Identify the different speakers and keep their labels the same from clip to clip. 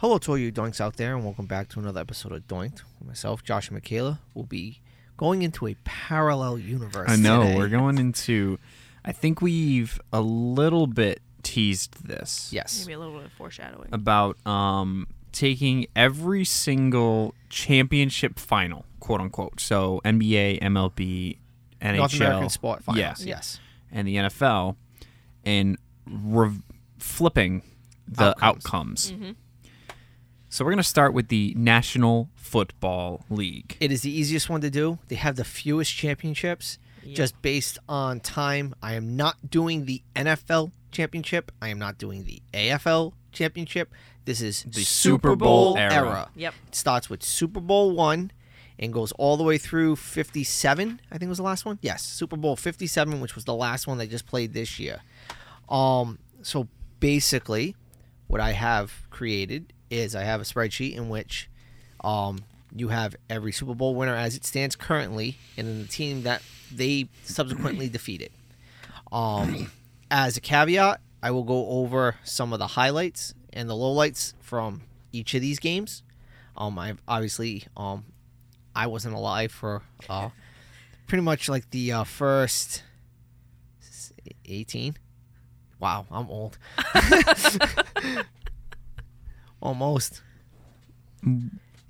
Speaker 1: Hello to all you doinks out there, and welcome back to another episode of Doinked. Myself, Josh and Michaela, will be going into a parallel universe.
Speaker 2: I know.
Speaker 1: today.
Speaker 2: We're going into. I think we've a little bit teased this
Speaker 1: Yes.
Speaker 3: Maybe a little bit of foreshadowing.
Speaker 2: about um, taking every single championship final, quote unquote. So NBA, MLB, NHL,
Speaker 1: North American sport finals.
Speaker 2: yeah,
Speaker 1: Yes.
Speaker 2: and the NFL, and re- flipping the outcomes.
Speaker 1: Mm-hmm.
Speaker 2: So we're gonna start with the National Football League.
Speaker 1: It is the easiest one to do. They have the fewest championships just based on time. I am not doing the NFL championship. I am not doing the AFL championship. This is the
Speaker 2: Super Bowl era.
Speaker 3: Yep.
Speaker 1: It starts with Super Bowl 1 and goes all the way through 57, I think was the last one. Yes, Super Bowl 57, which was the last one they just played this year. Um so basically what I have created is I have a spreadsheet in which um, you have every Super Bowl winner as it stands currently, and then the team that they subsequently defeated. Um, as a caveat, I will go over some of the highlights and the lowlights from each of these games. Um, I obviously um, I wasn't alive for uh, pretty much like the uh, first s- eighteen. Wow, I'm old. Almost.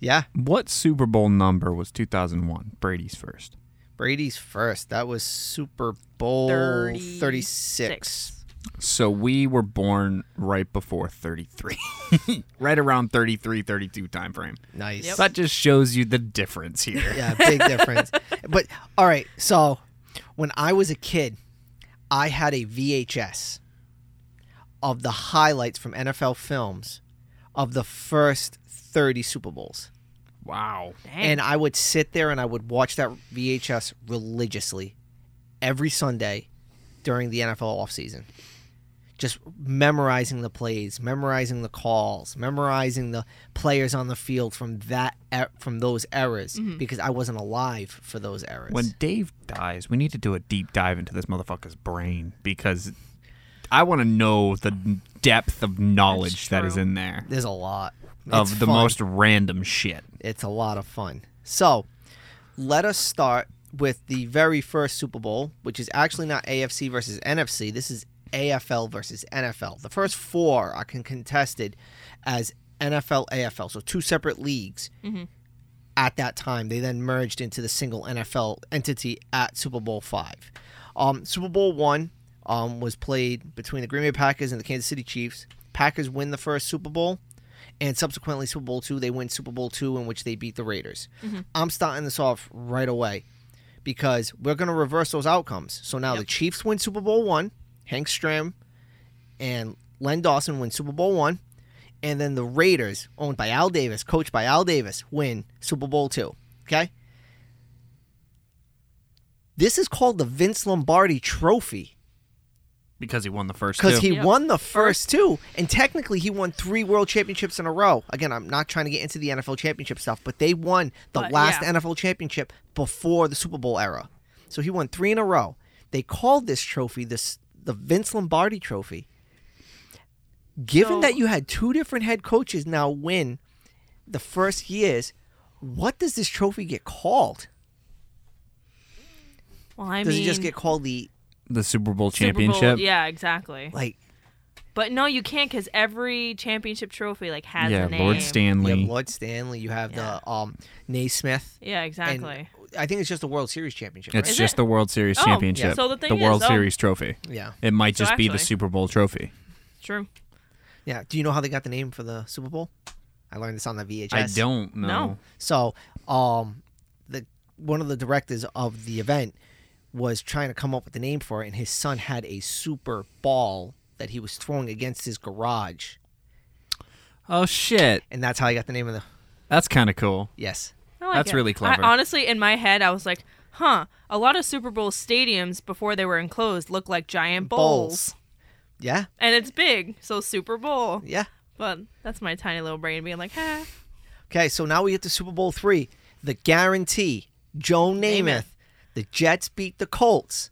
Speaker 1: Yeah.
Speaker 2: What Super Bowl number was 2001? Brady's first.
Speaker 1: Brady's first. That was Super Bowl 36.
Speaker 3: 36.
Speaker 2: So we were born right before 33. right around 33, 32 time frame.
Speaker 1: Nice.
Speaker 3: Yep.
Speaker 2: So that just shows you the difference here.
Speaker 1: Yeah, big difference. But all right, so when I was a kid, I had a VHS of the highlights from NFL films of the first 30 Super Bowls.
Speaker 2: Wow.
Speaker 3: Dang.
Speaker 1: And I would sit there and I would watch that VHS religiously every Sunday during the NFL offseason. Just memorizing the plays, memorizing the calls, memorizing the players on the field from that er- from those eras because I wasn't alive for those eras.
Speaker 2: When Dave dies, we need to do a deep dive into this motherfucker's brain because I want to know the depth of knowledge that is
Speaker 3: true.
Speaker 2: in there
Speaker 1: There's a lot
Speaker 2: of
Speaker 1: It's
Speaker 2: the
Speaker 1: fun.
Speaker 2: most random shit.
Speaker 1: It's a lot of fun. So, let us start with the very first Super Bowl, which is actually not AFC versus NFC. This is AFL versus NFL. The first four are con- contested as NFL AFL, so two separate leagues. At that time, they then merged into the single NFL entity at Super Bowl five. Um, Super Bowl one um, was played between the Green Bay Packers and the Kansas City Chiefs. Packers win the first Super Bowl and subsequently Super Bowl two, they win Super Bowl two in which they beat the Raiders. I'm starting this off right away because we're going to reverse those outcomes. So now the Chiefs win Super Bowl one, Hank Stram and Len Dawson win Super Bowl one, and then the Raiders, owned by Al Davis, coached by Al Davis, win Super Bowl two. Okay. This is called the Vince Lombardi Trophy.
Speaker 2: Because he won the first two.
Speaker 1: Because he
Speaker 3: Yep.
Speaker 1: won the first two, and technically he won three world championships in a row. Again, I'm not trying to get into the NFL championship stuff, but they won the
Speaker 3: But,
Speaker 1: last
Speaker 3: yeah.
Speaker 1: NFL championship before the Super Bowl era. So he won three in a row. They called this trophy this the Vince Lombardi Trophy. Given
Speaker 3: So-
Speaker 1: that you had two different head coaches now win the first years, what does this trophy get called?
Speaker 3: well, I
Speaker 1: does
Speaker 3: mean,
Speaker 1: it just get called the
Speaker 2: the Super Bowl
Speaker 3: Super Bowl-
Speaker 2: championship.
Speaker 3: yeah, exactly.
Speaker 1: like
Speaker 3: But no, you can't because every championship trophy like has
Speaker 2: Yeah,
Speaker 3: a name.
Speaker 2: Lord
Speaker 1: you
Speaker 2: Stanley.
Speaker 1: have Lord Stanley, you have the um Naismith
Speaker 3: Yeah,
Speaker 1: And
Speaker 3: exactly.
Speaker 1: I think it's just the World Series championship.
Speaker 2: it's
Speaker 3: Is
Speaker 2: just
Speaker 3: it?
Speaker 2: the World Series
Speaker 3: Oh, yeah.
Speaker 2: championship.
Speaker 3: So the thing is,
Speaker 2: World
Speaker 3: oh.
Speaker 2: Series trophy.
Speaker 1: right? Yeah,
Speaker 2: It might
Speaker 3: So
Speaker 2: just be the
Speaker 3: actually-
Speaker 2: Super Bowl trophy.
Speaker 3: True.
Speaker 1: yeah. Do you know how they got the name for the Super Bowl? I learned this on the VHS.
Speaker 2: I don't know.
Speaker 3: No.
Speaker 1: So, um, the one of the directors of the event was trying to come up with the name for it, and his son had a super ball that he was throwing against his garage,
Speaker 2: Oh shit.
Speaker 1: and that's how he got the name of the.
Speaker 2: That's kind of cool.
Speaker 1: Yes,
Speaker 3: I like
Speaker 2: That's
Speaker 3: it.
Speaker 2: really clever.
Speaker 3: I, honestly, in my head, I was like, huh, a lot of Super Bowl stadiums before they were enclosed looked like giant bowls.
Speaker 1: Bowls. yeah,
Speaker 3: And it's big, so Super Bowl.
Speaker 1: yeah.
Speaker 3: But that's my tiny little brain being like, huh.
Speaker 1: Okay, so now we get to Super Bowl three. The guarantee, Joe Namath.
Speaker 3: Namath.
Speaker 1: The Jets beat the Colts.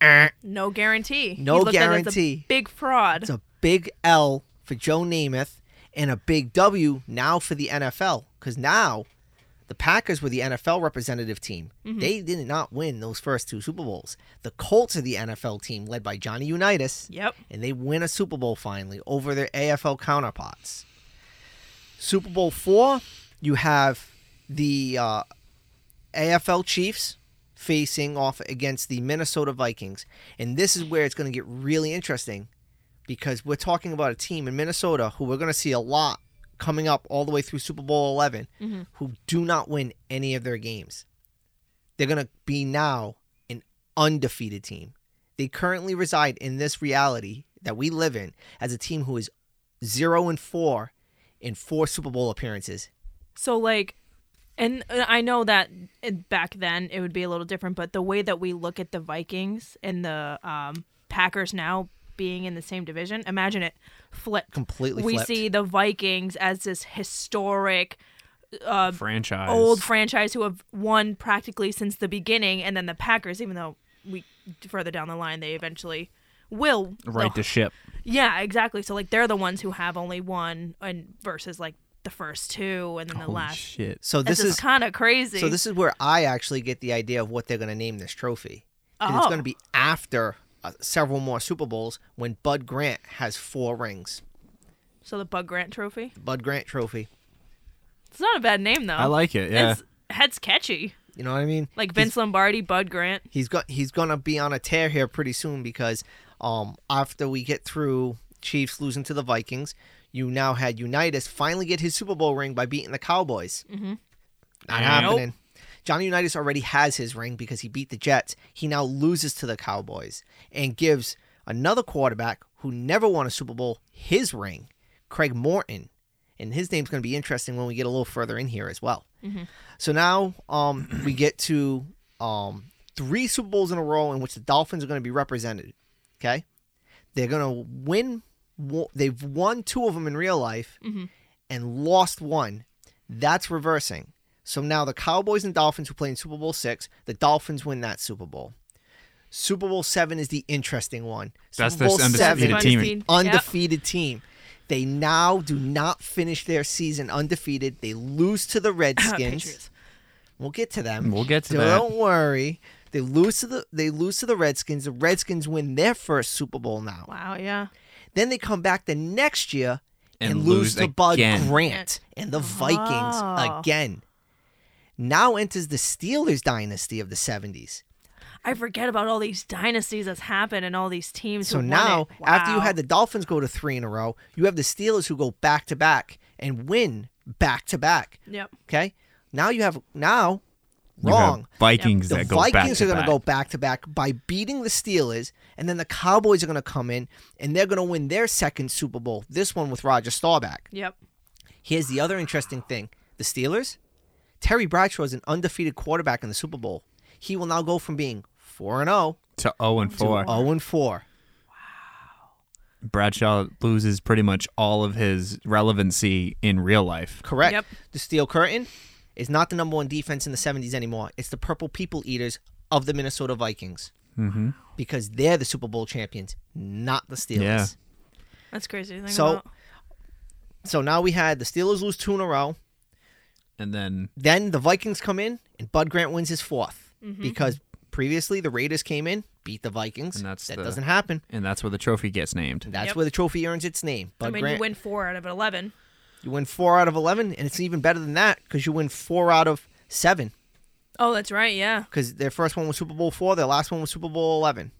Speaker 1: Eh,
Speaker 3: No guarantee.
Speaker 1: No
Speaker 3: He looked at it as a
Speaker 1: guarantee.
Speaker 3: big fraud.
Speaker 1: It's a big L for Joe Namath, and a big W now for the NFL because now the Packers were the NFL representative team. They did not win those first two Super Bowls. The Colts are the NFL team led by Johnny Unitas,
Speaker 3: Yep.
Speaker 1: and they win a Super Bowl finally over their AFL counterparts. Super Bowl four, you have the uh, AFL Chiefs facing off against the Minnesota Vikings, and this is where it's going to get really interesting because we're talking about a team in Minnesota who we're going to see a lot coming up all the way through Super Bowl 11 who do not win any of their games. They're going to be now an undefeated team. They currently reside in this reality that we live in as a team who is 0 and 4 in four Super Bowl appearances.
Speaker 3: So like, and uh, I know that it- back then it would be a little different, but the way that we look at the Vikings and the um, Packers now being in the same division, imagine it flipped.
Speaker 1: Completely
Speaker 3: we
Speaker 1: flipped.
Speaker 3: see the Vikings as this historic
Speaker 2: franchise.
Speaker 3: old franchise who have won practically since the beginning, and then the Packers, even though we further down the line they eventually will
Speaker 2: right
Speaker 3: they'll-
Speaker 2: to ship.
Speaker 3: yeah, exactly. So like they're the ones who have only one, and versus like the first two, and then the
Speaker 2: Holy
Speaker 3: last.
Speaker 2: shit.
Speaker 1: So
Speaker 3: This
Speaker 1: this
Speaker 3: is
Speaker 1: is
Speaker 3: kind of crazy.
Speaker 1: so this is where I actually get the idea of what they're going to name this trophy. 'Cause It's
Speaker 3: Oh.
Speaker 1: going to be after uh, several more Super Bowls when Bud Grant has four rings.
Speaker 3: So the Bug Grant Trophy.
Speaker 1: Bud Grant Trophy.
Speaker 3: It's not a bad name though.
Speaker 2: I like it. Yeah.
Speaker 3: It's that's catchy.
Speaker 1: You know what I mean?
Speaker 3: Like Vince Lombardi, Bud Grant.
Speaker 1: he's got he's gonna be on a tear here pretty soon because um after we get through Chiefs losing to the Vikings, you now had Unitas finally get his Super Bowl ring by beating the Cowboys. Mm-hmm. Not happening. Johnny Unitas already has his ring because he beat the Jets. He now loses to the Cowboys and gives another quarterback who never won a Super Bowl his ring, Craig Morton. And his name's going to be interesting when we get a little further in here as well. So now um, we get to um, three Super Bowls in a row in which the Dolphins are going to be represented. Okay, they're going to win. wo- They've won two of them in real life and lost one. That's reversing. So now the Cowboys and Dolphins who play in Super Bowl six. The Dolphins win that Super Bowl. Super Bowl seven is the interesting one.
Speaker 2: That's
Speaker 1: Super
Speaker 2: the
Speaker 1: Bowl
Speaker 2: undefeated
Speaker 1: seven-
Speaker 2: team.
Speaker 3: Undefeated. Yep.
Speaker 1: undefeated team. They now do not finish their season undefeated. They lose to the Redskins.
Speaker 3: Patriots.
Speaker 1: We'll get to them.
Speaker 2: We'll get to
Speaker 1: Don't
Speaker 2: that.
Speaker 1: Don't worry. They lose to the they lose to the Redskins. The Redskins win their first Super Bowl now.
Speaker 3: Wow. Yeah.
Speaker 1: Then they come back the next year and,
Speaker 2: And
Speaker 1: lose
Speaker 2: lose
Speaker 1: to Bud
Speaker 2: again.
Speaker 1: Grant and the Vikings
Speaker 3: Oh.
Speaker 1: again. Now enters the Steelers dynasty of the 70s.
Speaker 3: I forget about all these dynasties that's happened and all these teams.
Speaker 1: So
Speaker 3: who won
Speaker 1: now,
Speaker 3: it.
Speaker 1: after you
Speaker 3: Wow.
Speaker 1: had the Dolphins go to three in a row, you have the Steelers who go back to back and win back to back.
Speaker 3: Yep.
Speaker 1: Okay? Now you have now
Speaker 2: You have
Speaker 1: wrong.
Speaker 2: Vikings
Speaker 1: The
Speaker 2: that go
Speaker 1: Vikings
Speaker 2: back
Speaker 1: are
Speaker 2: to
Speaker 1: going
Speaker 2: back.
Speaker 1: to go back to back by beating the Steelers, and then the Cowboys are going to come in and they're going to win their second Super Bowl. This one with Roger Staubach.
Speaker 3: Yep.
Speaker 1: Here's the other interesting thing: the Steelers. Terry Bradshaw is an undefeated quarterback in the Super Bowl. He will now go from being four and zero
Speaker 2: to 0 and
Speaker 1: to
Speaker 2: 4.
Speaker 1: zero and four.
Speaker 2: Bradshaw loses pretty much all of his relevancy in real life.
Speaker 1: Correct.
Speaker 3: Yep.
Speaker 1: The Steel Curtain is not the number one defense in the '70s anymore. It's the Purple People Eaters of the Minnesota Vikings
Speaker 2: Mm-hmm.
Speaker 1: because they're the Super Bowl champions, not the Steelers.
Speaker 2: Yeah.
Speaker 3: That's crazy. to think
Speaker 1: So-
Speaker 3: about.
Speaker 1: So now we had the Steelers lose two in a row.
Speaker 2: And then
Speaker 1: Then the Vikings come in, and Bud Grant wins his 4th
Speaker 3: Mm-hmm.
Speaker 1: because previously the Raiders came in, beat the Vikings.
Speaker 2: And that's
Speaker 1: that
Speaker 2: the-
Speaker 1: doesn't happen.
Speaker 2: and that's where the trophy gets named.
Speaker 1: That's
Speaker 3: Yep.
Speaker 1: where the trophy earns its name. Bud
Speaker 3: I mean,
Speaker 1: Grant,
Speaker 3: you win four out of eleven.
Speaker 1: you win four out of eleven, and it's even better than that because you win four out of seven
Speaker 3: Oh, that's right. Yeah.
Speaker 1: because their first one was Super Bowl four, their last one was Super Bowl eleven.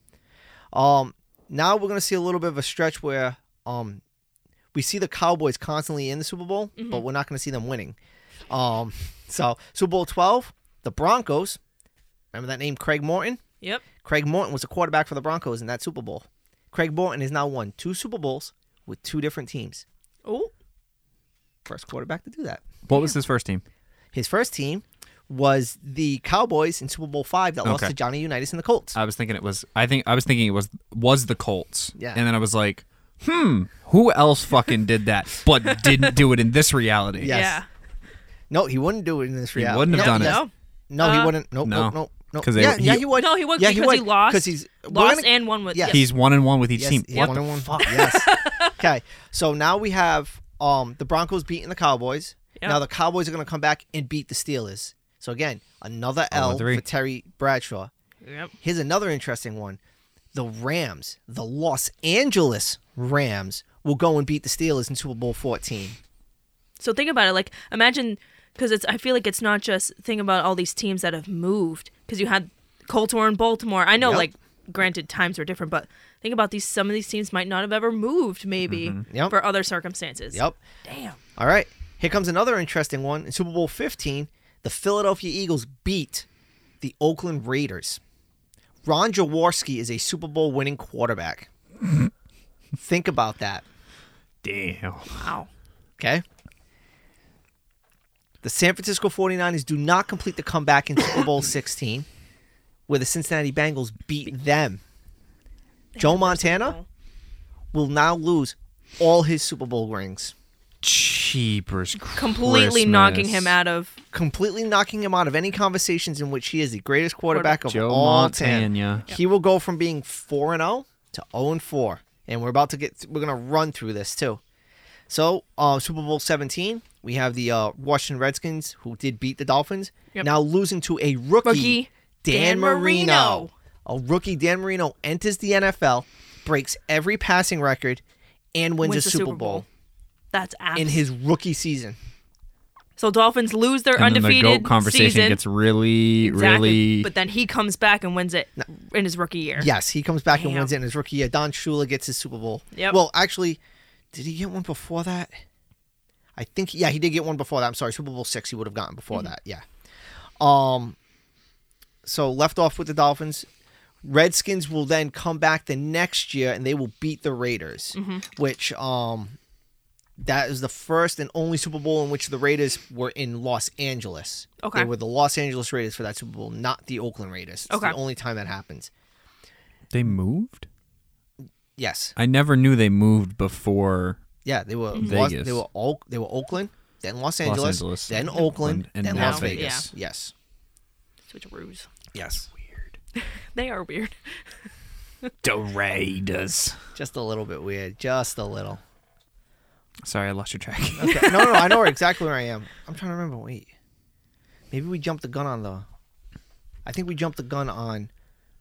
Speaker 1: Um, now we're gonna see a little bit of a stretch where um, we see the Cowboys constantly in the Super Bowl, but we're not gonna see them winning. Um, so Super Bowl twelve, the Broncos. Remember that name, Craig Morton.
Speaker 3: Yep.
Speaker 1: Craig Morton was a quarterback for the Broncos in that Super Bowl. Craig Morton has now won two Super Bowls with two different teams.
Speaker 3: Oh.
Speaker 1: First quarterback to do that.
Speaker 2: What was his first team?
Speaker 1: His first team was the Cowboys in Super Bowl five that lost
Speaker 2: Okay.
Speaker 1: to Johnny Unitas and the Colts.
Speaker 2: I was thinking it was I think I was thinking it was was the Colts.
Speaker 1: Yeah.
Speaker 2: And then I was like, "Hmm, who else fucking did that but didn't do it in this reality?"
Speaker 1: Yes.
Speaker 3: Yeah.
Speaker 1: no, he wouldn't do it in this reality.
Speaker 2: wouldn't have
Speaker 1: no,
Speaker 2: done it.
Speaker 1: yes.
Speaker 3: No.
Speaker 1: No, he
Speaker 3: Uh,
Speaker 1: wouldn't. Nope,
Speaker 2: No.
Speaker 1: nope, nope, nope.
Speaker 2: 'Cause they-
Speaker 1: yeah, yeah,
Speaker 2: he-
Speaker 1: he would.
Speaker 3: Oh, No, he would
Speaker 1: yeah,
Speaker 3: because he,
Speaker 1: would,
Speaker 3: lost.
Speaker 1: Because he's we're
Speaker 3: lost
Speaker 1: gonna-
Speaker 3: and won with.
Speaker 1: Yeah.
Speaker 3: Yes.
Speaker 2: He's one and one with each
Speaker 1: Yes,
Speaker 2: team.
Speaker 1: yeah,
Speaker 2: What
Speaker 1: one
Speaker 2: the
Speaker 1: and one. Fuck, yes. Okay, so now we have um, the Broncos beating the Cowboys.
Speaker 3: Yep.
Speaker 1: Now the Cowboys are going to come back and beat the Steelers. So again, another
Speaker 2: All
Speaker 1: L
Speaker 2: three.
Speaker 1: for Terry Bradshaw.
Speaker 3: Yep.
Speaker 1: Here's another interesting one. The Rams, the Los Angeles Rams, will go and beat the Steelers in Super Bowl 14.
Speaker 3: So think about it. Like imagine because it's. I feel like it's not just think about all these teams that have moved because you had Colts were in Baltimore. I know
Speaker 1: Yep.
Speaker 3: like granted times were different, but think about these. Some of these teams might not have ever moved maybe
Speaker 1: Yep.
Speaker 3: for other circumstances.
Speaker 1: Mm-hmm. Yep.
Speaker 3: Damn.
Speaker 1: All right. Here comes another interesting one. In Super Bowl 15, the Philadelphia Eagles beat the Oakland Raiders. Ron Jaworski is a Super Bowl winning quarterback. Think about that.
Speaker 2: Damn.
Speaker 3: Wow.
Speaker 1: Okay. The San Francisco 49ers do not complete the comeback in Super Bowl 16, where the Cincinnati Bengals beat them. Joe Montana
Speaker 3: Bowl.
Speaker 1: will now lose all his Super Bowl rings,
Speaker 2: Cheapers.
Speaker 3: Completely knocking him
Speaker 2: Christmas.
Speaker 3: out of.
Speaker 1: completely knocking him out of any conversations in which he is the greatest quarterback of
Speaker 2: Joe
Speaker 1: all time.
Speaker 2: Montana.
Speaker 1: He will go from being 4 and 0 to 0 and 4, and we're about to get we're going to run through this too. So, uh, Super Bowl 17, we have the uh, Washington Redskins, who did beat the Dolphins,
Speaker 3: Yep.
Speaker 1: now losing to a rookie,
Speaker 3: Rookie, Dan Marino.
Speaker 1: A rookie, Dan Marino, enters the NFL, breaks every passing record, and wins,
Speaker 3: Wins
Speaker 1: a
Speaker 3: the
Speaker 1: Super, Bowl,
Speaker 3: Super Bowl. That's abs-
Speaker 1: in his rookie season.
Speaker 3: So Dolphins lose their
Speaker 2: And then the
Speaker 3: undefeated
Speaker 2: goat conversation
Speaker 3: season.
Speaker 2: gets really,
Speaker 3: Exactly.
Speaker 2: really.
Speaker 3: But then he comes back and wins it in his rookie year.
Speaker 1: Yes, he comes back and
Speaker 3: Damn.
Speaker 1: wins it in his rookie year. Don Shula gets his Super Bowl.
Speaker 3: Yep.
Speaker 1: Well, actually, did he get one before that? I think yeah, he did get one before that. I'm sorry, Super Bowl six he would have gotten
Speaker 3: Mm-hmm.
Speaker 1: before that. Yeah. Um. So left off with the Dolphins. Redskins will then come back the next year and they will beat the Raiders,
Speaker 3: Mm-hmm.
Speaker 1: which um, that is the first and only Super Bowl in which the Raiders were in Los Angeles.
Speaker 3: Okay.
Speaker 1: They were the Los Angeles Raiders for that Super Bowl, not the Oakland Raiders. It's
Speaker 3: Okay.
Speaker 1: the only time that happens.
Speaker 2: they moved?
Speaker 1: Yes.
Speaker 2: I never knew they moved before.
Speaker 1: Yeah, they were Los,
Speaker 2: Mm-hmm. Vegas.
Speaker 1: they were all they were Oakland, then Los Angeles,
Speaker 2: Angeles,
Speaker 1: then
Speaker 2: Oakland,
Speaker 1: Oakland,
Speaker 2: and
Speaker 1: then
Speaker 2: now
Speaker 1: Las Vegas.
Speaker 3: Vegas.
Speaker 1: Yes.
Speaker 3: Switcheroos.
Speaker 1: Yes.
Speaker 3: They are weird.
Speaker 2: The Raiders.
Speaker 1: Just a little bit weird, just a little.
Speaker 2: Sorry, I lost your track.
Speaker 1: Okay. no, no, I know exactly where I am. I'm trying to remember. Wait. Maybe we jumped the gun on the I think we jumped the gun on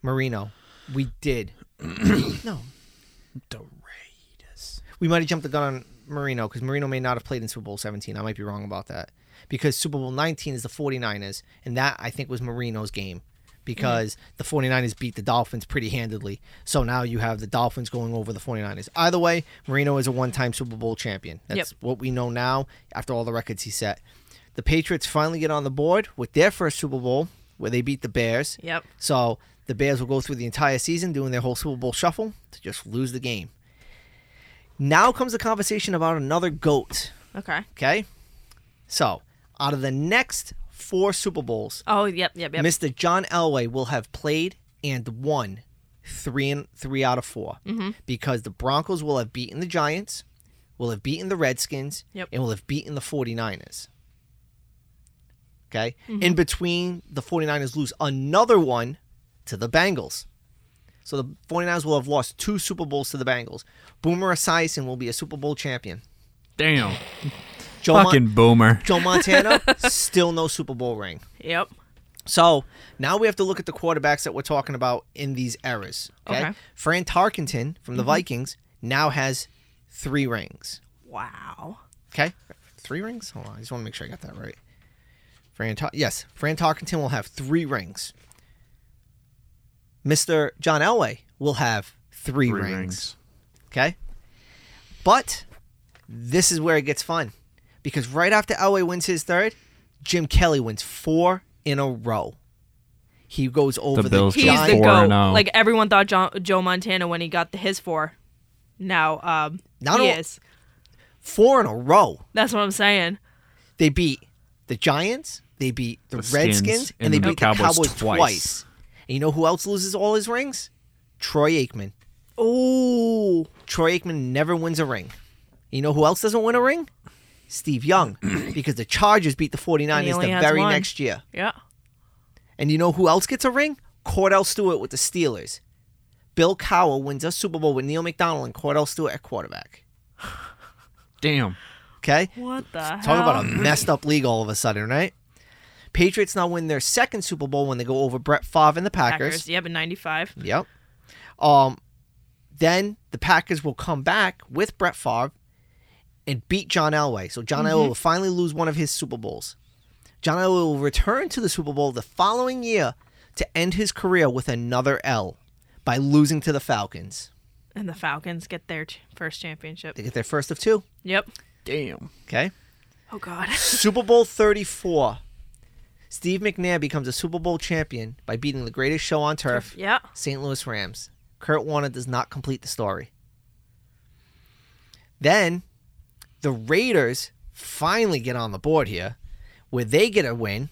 Speaker 1: Marino. We did. no.
Speaker 2: the Raiders.
Speaker 1: We might have jumped the gun on Marino because Marino may not have played in Super Bowl 17. I might be wrong about that. Because Super Bowl 19 is the 49ers, and that I think was Marino's game because the 49ers beat the Dolphins pretty handedly. So now you have the Dolphins going over the 49ers. Either way, Marino is a one time Super Bowl champion. That's what we know now after all the records he set. The Patriots finally get on the board with their first Super Bowl where they beat the Bears.
Speaker 3: Yep.
Speaker 1: So the Bears will go through the entire season doing their whole Super Bowl shuffle to just lose the game. Now comes the conversation about another GOAT.
Speaker 3: Okay.
Speaker 1: Okay? So, out of the next four Super Bowls,
Speaker 3: Oh, yep, yep, yep.
Speaker 1: Mr. John Elway will have played and won three and three out of 4
Speaker 3: Mm-hmm.
Speaker 1: because the Broncos will have beaten the Giants, will have beaten the Redskins,
Speaker 3: Yep.
Speaker 1: and will have beaten the 49ers. Okay?
Speaker 3: Mm-hmm.
Speaker 1: In between, the 49ers lose another one to the Bengals. So the 49ers will have lost two Super Bowls to the Bengals. Boomer Esiason will be a Super Bowl champion.
Speaker 2: Damn.
Speaker 1: Joe, Mon-
Speaker 2: Fucking boomer.
Speaker 1: Joe Montana, still no Super Bowl ring.
Speaker 3: Yep.
Speaker 1: So now we have to look at the quarterbacks that we're talking about in these eras. Okay.
Speaker 3: Okay.
Speaker 1: Fran Tarkenton from the Vikings now has three rings.
Speaker 3: Wow.
Speaker 1: Okay. Three rings? Hold on. I just want to make sure I got that right. Fran Tar- yes, Fran Tarkenton will have three rings. Mr. John Elway will have three, rings. Okay. But this is where it gets fun. Because right after Elway wins his third, Jim Kelly wins four in a row. He goes over the,
Speaker 2: Bills
Speaker 3: He's
Speaker 2: John-
Speaker 3: the
Speaker 2: Four
Speaker 1: Giants.
Speaker 3: goat.
Speaker 2: and oh.
Speaker 3: Like everyone thought John, Joe Montana when he got the, his four. Now, um,
Speaker 1: Not
Speaker 3: he
Speaker 1: all-
Speaker 3: is.
Speaker 1: Four in a row.
Speaker 3: That's what I'm saying.
Speaker 1: They beat the Giants, they beat the,
Speaker 2: The Skins,
Speaker 1: Redskins, and,
Speaker 2: and
Speaker 1: they
Speaker 2: the
Speaker 1: beat the
Speaker 2: Cowboys
Speaker 1: Cowboys
Speaker 2: twice.
Speaker 1: twice. And you know who else loses all his rings? Troy Aikman.
Speaker 3: Oh,
Speaker 1: Troy Aikman never wins a ring. You know who else doesn't win a ring? Steve Young. because the Chargers beat the 49ers
Speaker 3: only
Speaker 1: the
Speaker 3: has
Speaker 1: very
Speaker 3: one.
Speaker 1: next year.
Speaker 3: yeah.
Speaker 1: And you know who else gets a ring? Cordell Stewart with the Steelers. Bill Cowher wins a Super Bowl with Neil McDonald and Cordell Stewart at quarterback.
Speaker 2: Damn.
Speaker 1: Okay?
Speaker 3: What the
Speaker 1: Talk
Speaker 3: hell?
Speaker 1: about a messed up league all of a sudden, right? Patriots now win their second Super Bowl when they go over Brett Favre and the Packers.
Speaker 3: Packers. Yep, in 95.
Speaker 1: Yep. Um, then the Packers will come back with Brett Favre and beat John Elway. So John Elway will finally lose one of his Super Bowls. John Elway will return to the Super Bowl the following year to end his career with another L by losing to the Falcons.
Speaker 3: And the Falcons get their ch- first championship.
Speaker 1: They get their first of two.
Speaker 3: Yep.
Speaker 2: Damn.
Speaker 1: Okay.
Speaker 3: Oh, God.
Speaker 1: Super Bowl 34. Steve McNair becomes a Super Bowl champion by beating the greatest show on turf,
Speaker 3: yeah.
Speaker 1: St. Louis Rams. Kurt Warner does not complete the story. Then the Raiders finally get on the board here where they get a win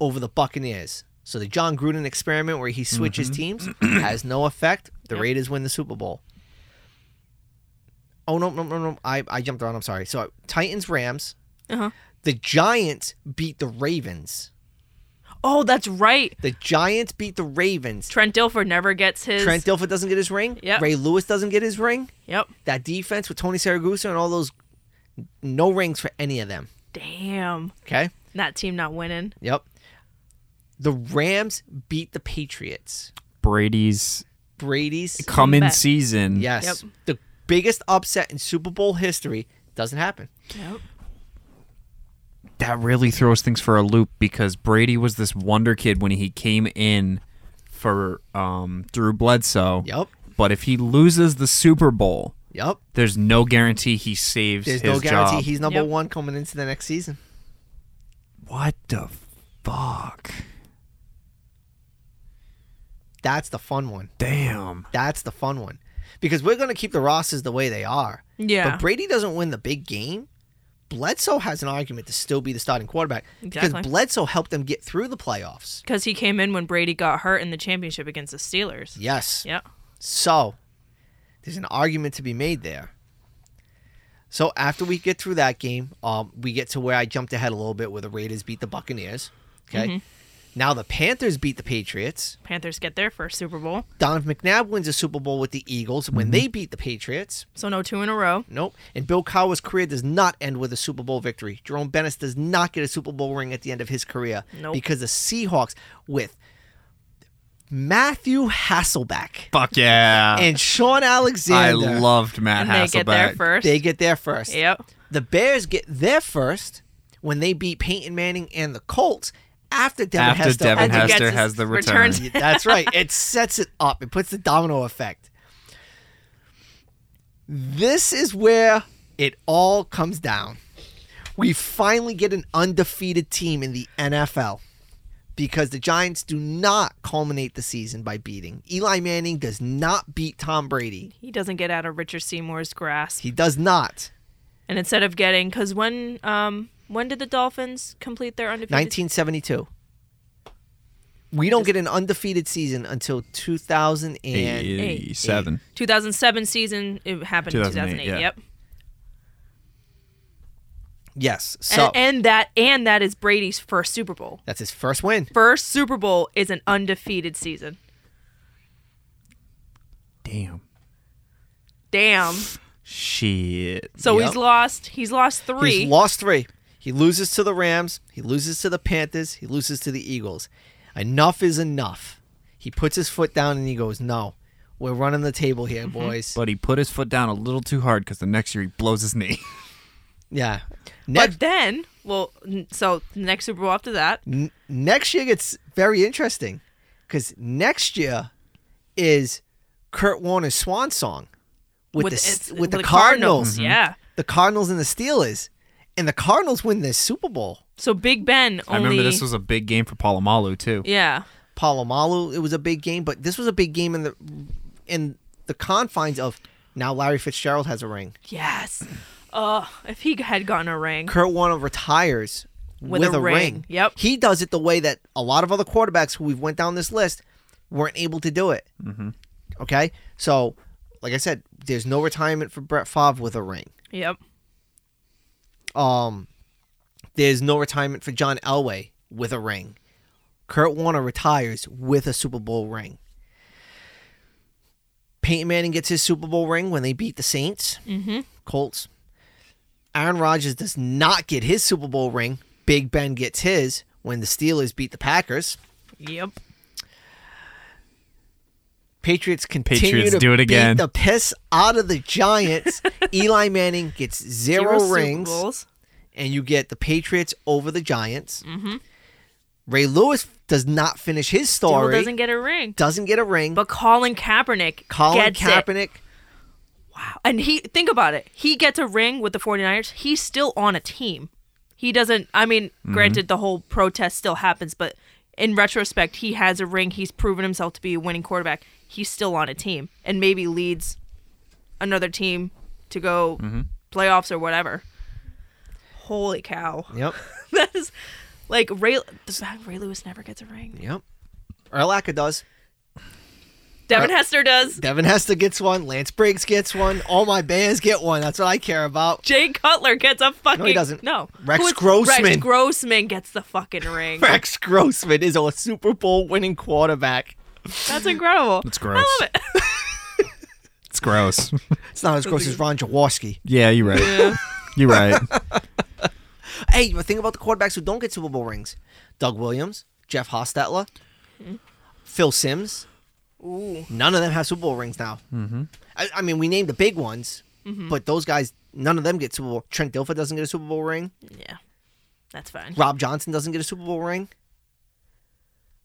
Speaker 1: over the Buccaneers. So the John Gruden experiment where he switches teams has no effect. The
Speaker 3: Mm-hmm. Yep.
Speaker 1: Raiders win the Super Bowl. Oh no, no, no, no. I, I jumped around. I'm sorry. So Titans, Rams.
Speaker 3: Uh-huh.
Speaker 1: The Giants beat the Ravens.
Speaker 3: Oh, that's right.
Speaker 1: The Giants beat the Ravens.
Speaker 3: Trent Dilford never gets his.
Speaker 1: Trent Dilfer doesn't get his ring.
Speaker 3: Yep.
Speaker 1: Ray Lewis doesn't get his ring.
Speaker 3: Yep.
Speaker 1: That defense with Tony Saragusa and all those, no rings for any of them.
Speaker 3: Damn.
Speaker 1: Okay.
Speaker 3: That team not winning.
Speaker 1: Yep. The Rams beat the Patriots.
Speaker 2: Brady's
Speaker 1: Brady's
Speaker 2: coming
Speaker 3: Back.
Speaker 2: season.
Speaker 1: yes,
Speaker 3: Yep.
Speaker 1: the biggest upset in Super Bowl history doesn't happen.
Speaker 3: Yep.
Speaker 2: that really throws things for a loop because Brady was this wonder kid when he came in for um, Drew Bledsoe.
Speaker 1: Yep.
Speaker 2: But if he loses the Super Bowl,
Speaker 1: Yep.
Speaker 2: there's no guarantee he saves
Speaker 1: There's
Speaker 2: his
Speaker 1: no guarantee
Speaker 2: job.
Speaker 1: he's number
Speaker 3: Yep.
Speaker 1: one coming into the next season.
Speaker 2: what the fuck?
Speaker 1: That's the fun one.
Speaker 2: Damn.
Speaker 1: That's the fun one. Because we're going to keep the rosters the way they are.
Speaker 3: Yeah.
Speaker 1: But Brady doesn't win the big game. Bledsoe has an argument to still be the starting quarterback
Speaker 3: Exactly.
Speaker 1: because Bledsoe helped them get through the playoffs.
Speaker 3: Because he came in when Brady got hurt in the championship against the Steelers.
Speaker 1: Yes.
Speaker 3: Yeah.
Speaker 1: So there's an argument to be made there. So after we get through that game, um, we get to where I jumped ahead a little bit where the Raiders beat the Buccaneers. Okay.
Speaker 3: Mm-hmm.
Speaker 1: Now the Panthers beat the Patriots.
Speaker 3: Panthers get their first Super Bowl.
Speaker 1: Donovan McNabb wins a Super Bowl with the Eagles
Speaker 3: Mm-hmm.
Speaker 1: when they beat the Patriots.
Speaker 3: So no two in a row.
Speaker 1: Nope. And Bill Cowher's career does not end with a Super Bowl victory. Jerome Bettis does not get a Super Bowl ring at the end of his career
Speaker 3: Nope.
Speaker 1: because the Seahawks with Matthew Hasselback
Speaker 2: Fuck yeah.
Speaker 1: and Sean
Speaker 2: I
Speaker 1: Alexander.
Speaker 2: loved Matt
Speaker 3: And they get there
Speaker 2: Hasselbeck.
Speaker 3: first.
Speaker 1: They get there first.
Speaker 3: Yep.
Speaker 1: The Bears get there first when they beat Peyton Manning and the Colts after Devin
Speaker 2: After
Speaker 1: Hester. had
Speaker 2: Devin
Speaker 1: to
Speaker 3: Hester.
Speaker 2: Hester
Speaker 3: gets
Speaker 2: has the
Speaker 3: his
Speaker 2: return.
Speaker 3: returns.
Speaker 1: Yeah, That's right. It sets it up. It puts the domino effect. This is where it all comes down. We finally get an undefeated team in the NFL because the Giants do not culminate the season by beating. Eli Manning does not beat Tom Brady.
Speaker 3: He doesn't get out of Richard Seymour's grasp.
Speaker 1: He does not.
Speaker 3: and instead of getting, because when um when did the Dolphins complete their undefeated?
Speaker 1: 1972. We don't get an undefeated season until 2000 and
Speaker 2: 87.
Speaker 3: 2007 season. It happened
Speaker 2: 2008,
Speaker 3: in 2008.
Speaker 2: yeah.
Speaker 3: Yep.
Speaker 1: yes. So
Speaker 3: and, and that and that is Brady's first Super Bowl.
Speaker 1: that's his first win.
Speaker 3: First Super Bowl is an undefeated season.
Speaker 2: Damn.
Speaker 3: Damn.
Speaker 2: Shit.
Speaker 3: So
Speaker 1: Yep.
Speaker 3: he's lost. He's lost three.
Speaker 1: He's lost three. He loses to the Rams. He loses to the Panthers. He loses to the Eagles. Enough is enough. He puts his foot down and he goes, "No, we're running the table here, boys."
Speaker 2: But he put his foot down a little too hard because the next year he blows his knee.
Speaker 1: yeah.
Speaker 3: but
Speaker 1: Next
Speaker 3: then, well, n- so the next Super Bowl after that,
Speaker 1: n- next year gets very interesting because next year is Kurt Warner's swan song with, the
Speaker 3: it's-
Speaker 1: S- with, the, Cardinals.
Speaker 3: Yeah.
Speaker 1: the Cardinals and the Steelers, and the Cardinals win the Super Bowl.
Speaker 3: So Big Ben
Speaker 2: I
Speaker 3: only.
Speaker 2: remember this was a big game for Palomalu, too.
Speaker 3: Yeah.
Speaker 1: Palomalu. It was a big game, but this was a big game in the in the confines of now Larry Fitzgerald has a ring.
Speaker 3: Yes. Oh, if he had gotten a ring.
Speaker 1: Kurt Warner retires with,
Speaker 3: With
Speaker 1: a,
Speaker 3: a
Speaker 1: ring.
Speaker 3: ring. Yep.
Speaker 1: He does it the way that a lot of other quarterbacks who we've went down this list weren't able to do it. Mm-hmm. Okay, so like I said, there's no retirement for Brett Favre with a ring.
Speaker 3: Yep.
Speaker 1: Um, there's no retirement for John Elway with a ring. Kurt Warner retires with a Super Bowl ring. Peyton Manning gets his Super Bowl ring when they beat the Saints, mm-hmm. Colts. Aaron Rodgers does not get his Super Bowl ring. Big Ben gets his when the Steelers beat the Packers.
Speaker 3: Yep.
Speaker 1: Patriots continue
Speaker 2: Patriots
Speaker 1: to
Speaker 2: do it
Speaker 1: beat
Speaker 2: again.
Speaker 1: the piss out of the Giants. Eli Manning gets zero,
Speaker 3: Super
Speaker 1: rings,
Speaker 3: Bowls.
Speaker 1: and you get the Patriots over the Giants. Ray Lewis does not finish his
Speaker 3: Mm-hmm. Still
Speaker 1: story.
Speaker 3: doesn't get a ring.
Speaker 1: doesn't get a ring.
Speaker 3: But Colin Kaepernick
Speaker 1: Colin
Speaker 3: gets it.
Speaker 1: Kaepernick.
Speaker 3: And he think about it. He gets a ring with the 49ers. He's still on a team. He doesn't I mean, granted the whole protest still happens, but in retrospect, he has a ring. He's proven himself to be a winning quarterback. He's still on a team and maybe leads another team to go playoffs or whatever. Holy cow.
Speaker 1: Yep.
Speaker 3: that is like Ray the fact Ray Lewis never gets a ring.
Speaker 1: Yep. Erlacher does.
Speaker 3: Devin
Speaker 1: Uh,
Speaker 3: Hester does.
Speaker 1: Devin Hester gets one. Lance Briggs gets one. All my bands get one. That's what I care about.
Speaker 3: Jay Cutler gets a fucking
Speaker 1: doesn't.
Speaker 3: No,
Speaker 1: Rex
Speaker 3: Who is-
Speaker 1: Grossman.
Speaker 3: Rex Grossman gets the fucking ring.
Speaker 1: Rex Grossman is a Super Bowl winning quarterback.
Speaker 3: That's incredible.
Speaker 2: It's gross.
Speaker 3: I love it.
Speaker 2: It's gross.
Speaker 1: It's not as gross as Ron Jaworski.
Speaker 2: yeah, you're right. You're right.
Speaker 1: Hey, but think about the quarterbacks who don't get Super Bowl rings: Doug Williams, Jeff Hostetler,
Speaker 3: Hmm.
Speaker 1: Phil Sims.
Speaker 3: Ooh,
Speaker 1: None of them have Super Bowl rings now. Mm-hmm. I, I mean, we named the big ones,
Speaker 3: Mm-hmm.
Speaker 1: but those guys, none of them get Super Bowl. Trent Dilfer doesn't get a Super Bowl ring.
Speaker 3: yeah, that's fine.
Speaker 1: Rob Johnson doesn't get a Super Bowl ring,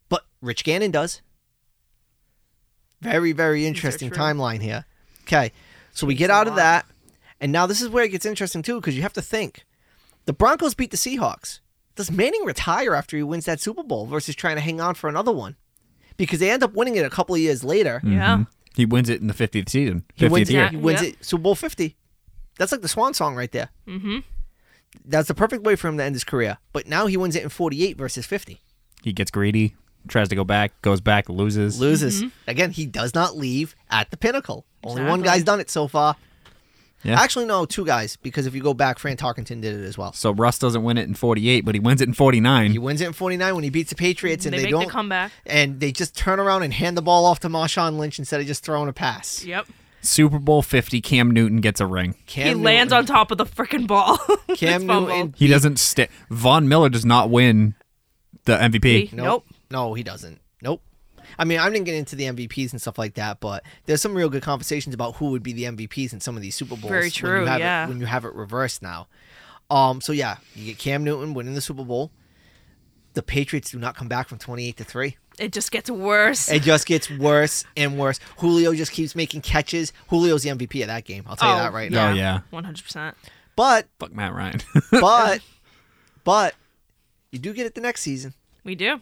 Speaker 1: but Rich Gannon does. Very, very interesting
Speaker 3: true.
Speaker 1: timeline here. Okay, so we get
Speaker 3: a
Speaker 1: out of
Speaker 3: lot.
Speaker 1: that, and now this is where it gets interesting too, because you have to think. The Broncos beat the Seahawks. Does Manning retire after he wins that Super Bowl versus trying to hang on for another one? Because they end up winning it a couple of years later.
Speaker 2: Mm-hmm.
Speaker 3: Yeah,
Speaker 2: He wins it in the 50th season. 50th
Speaker 1: He wins,
Speaker 2: year.
Speaker 1: He wins
Speaker 3: Yeah.
Speaker 1: it Super Bowl 50. That's like the swan song right there. Mm-hmm. That's the perfect way for him to end his career. But now he wins it in 48 versus 50.
Speaker 2: He gets greedy, tries to go back, goes back, loses.
Speaker 1: loses. Again, he does not leave at the pinnacle. Only one
Speaker 3: Mm-hmm. Exactly.
Speaker 1: guy's done it so far.
Speaker 2: Yeah.
Speaker 1: Actually, no, two guys, because if you go back, Fran Tarkenton did it as well.
Speaker 2: so Russ doesn't win it in 48, but he wins it in 49.
Speaker 1: He wins it in 49 when he beats the Patriots, and
Speaker 3: they,
Speaker 1: they,
Speaker 3: make
Speaker 1: don't.
Speaker 3: the comeback.
Speaker 1: and they just turn around and hand the ball off to Marshawn Lynch instead of just throwing a pass.
Speaker 3: Yep,
Speaker 2: Super Bowl 50, Cam Newton gets a ring.
Speaker 1: Cam
Speaker 3: he lands on
Speaker 1: Newton-
Speaker 3: top of the freaking ball. It's
Speaker 1: Cam
Speaker 3: fumbled.
Speaker 1: Newton.
Speaker 2: He doesn't stay. Von Miller does not win the MVP.
Speaker 3: He-
Speaker 1: Nope. No, he doesn't. Nope. I mean, I didn't get into the MVPs and stuff like that, but there's some real good conversations about who would be the MVPs in some of these Super Bowls.
Speaker 3: Very
Speaker 1: When
Speaker 3: true,
Speaker 1: you have
Speaker 3: yeah.
Speaker 1: It, when you have it reversed now, um. So yeah, you get Cam Newton winning the Super Bowl. The Patriots do not come back from 28 to three.
Speaker 3: It just gets worse.
Speaker 1: It just gets worse and worse. Julio just keeps making catches. Julio's the MVP of that game. I'll tell you that right now.
Speaker 2: Oh, yeah.
Speaker 3: one hundred percent.
Speaker 1: But
Speaker 2: Fuck Matt Ryan.
Speaker 1: but but you do get it the next season.
Speaker 3: We do.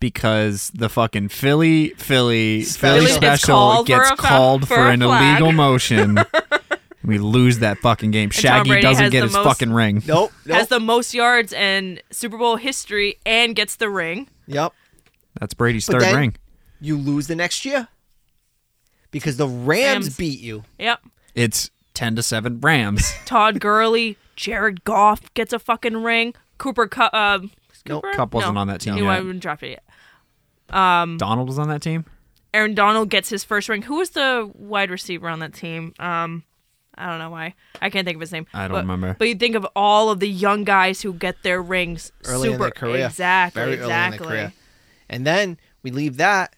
Speaker 2: because the fucking Philly, Philly,
Speaker 1: Special.
Speaker 2: Philly
Speaker 1: It's
Speaker 2: special
Speaker 3: called for
Speaker 2: gets
Speaker 3: a fa-
Speaker 2: called
Speaker 3: for
Speaker 2: for
Speaker 3: a
Speaker 2: an
Speaker 3: flag.
Speaker 2: illegal motion. we lose that fucking game. Shaggy
Speaker 3: Brady
Speaker 2: doesn't
Speaker 3: has
Speaker 2: get
Speaker 3: the
Speaker 2: his
Speaker 3: most-
Speaker 2: fucking ring.
Speaker 1: Nope. nope.
Speaker 3: Has the most yards in Super Bowl history and gets the ring.
Speaker 1: yep.
Speaker 2: That's Brady's
Speaker 1: But
Speaker 2: third
Speaker 1: then-
Speaker 2: ring.
Speaker 1: you lose the next year because the Rams,
Speaker 3: Rams.
Speaker 1: beat you.
Speaker 3: Yep.
Speaker 2: It's 10 to 7 Rams.
Speaker 3: Todd Gurley, Jared Goff gets a fucking ring. Cooper Cup. Um,
Speaker 1: Nope.
Speaker 3: Cooper?
Speaker 2: Kupp wasn't on that team
Speaker 3: No, I
Speaker 2: yet.
Speaker 3: haven't drafted yet.
Speaker 2: Donald was on that team.
Speaker 3: Aaron Donald gets his first ring. Who was the wide receiver on that team? Um, I don't know why. I can't think of his name.
Speaker 2: I don't
Speaker 3: But-
Speaker 2: remember.
Speaker 3: But you think of all of the young guys who get their rings
Speaker 1: Early
Speaker 3: super
Speaker 1: in their career.
Speaker 3: Exactly.
Speaker 1: Very
Speaker 3: exactly.
Speaker 1: early in their career. And then we leave that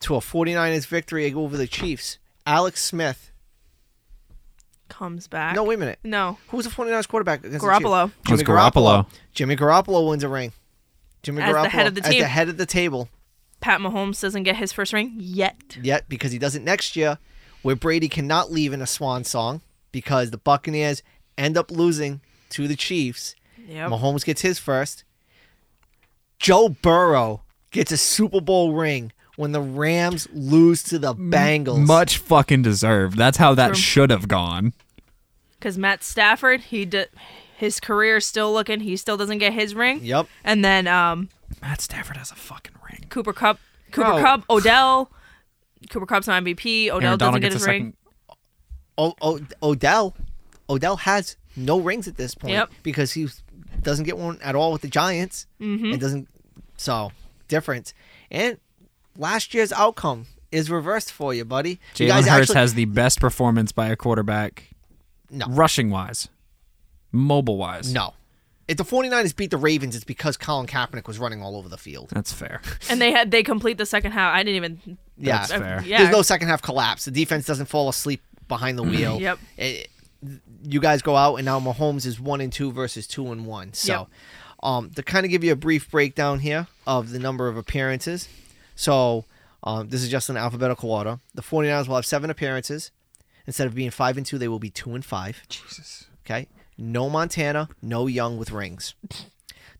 Speaker 1: to a 49ers victory over the Chiefs. Alex Smith.
Speaker 3: Comes back.
Speaker 1: No, wait a minute.
Speaker 3: No.
Speaker 1: Who was the 49ers quarterback against
Speaker 3: Garoppolo.
Speaker 1: the Chiefs?
Speaker 2: It was Garoppolo.
Speaker 1: Jimmy Garoppolo wins a ring. Jimmy
Speaker 3: As
Speaker 1: Garoppolo
Speaker 3: the head of the
Speaker 1: as
Speaker 3: team.
Speaker 1: the head of the table.
Speaker 3: Pat Mahomes doesn't get his first ring yet.
Speaker 1: Yet because he does it next year, where Brady cannot leave in a swan song because the Buccaneers end up losing to the Chiefs.
Speaker 3: Yep.
Speaker 1: Mahomes gets his first. Joe Burrow gets a Super Bowl ring when the Rams lose to the Bengals.
Speaker 2: Much fucking deserved. That's how that
Speaker 3: True.
Speaker 2: should have gone.
Speaker 3: Because Matt Stafford, he d- his career is still looking. He still doesn't get his ring.
Speaker 1: Yep.
Speaker 3: And then um,
Speaker 2: Matt Stafford has a fucking ring.
Speaker 3: Cooper Cup, Cooper
Speaker 2: Bro.
Speaker 3: Cup, Odell. Cooper Cup's not MVP. Odell
Speaker 2: Aaron
Speaker 3: doesn't
Speaker 2: Donald
Speaker 3: get
Speaker 2: gets a
Speaker 3: his ring.
Speaker 2: second.
Speaker 1: O- o- Odell, Odell has no rings at this point
Speaker 3: Yep.
Speaker 1: because he doesn't get one at all with the Giants. Mm-hmm. It doesn't. So difference. And last year's outcome is reversed for you, buddy. You
Speaker 2: Jalen Hurts
Speaker 1: actually-
Speaker 2: has the best performance by a quarterback
Speaker 1: No.
Speaker 2: Rushing wise, mobile wise.
Speaker 1: No. If the 49ers beat the Ravens, it's because Colin Kaepernick was running all over the field.
Speaker 2: That's fair.
Speaker 3: And they had they complete the second half. I didn't even.
Speaker 1: Yeah.
Speaker 2: That's fair.
Speaker 3: Yeah.
Speaker 1: There's no second half collapse. The defense doesn't fall asleep behind
Speaker 2: Mm-hmm.
Speaker 1: the wheel.
Speaker 3: Yep.
Speaker 1: It- you guys go out, and now Mahomes is one and two versus two and one. So,
Speaker 3: Yep.
Speaker 1: um, to kind of give you a brief breakdown here of the number of appearances. So, um, this is just in alphabetical order. The 49ers will have seven appearances. Instead of being five and two, they will be two and five.
Speaker 2: Jesus.
Speaker 1: Okay. No Montana, no Young with rings.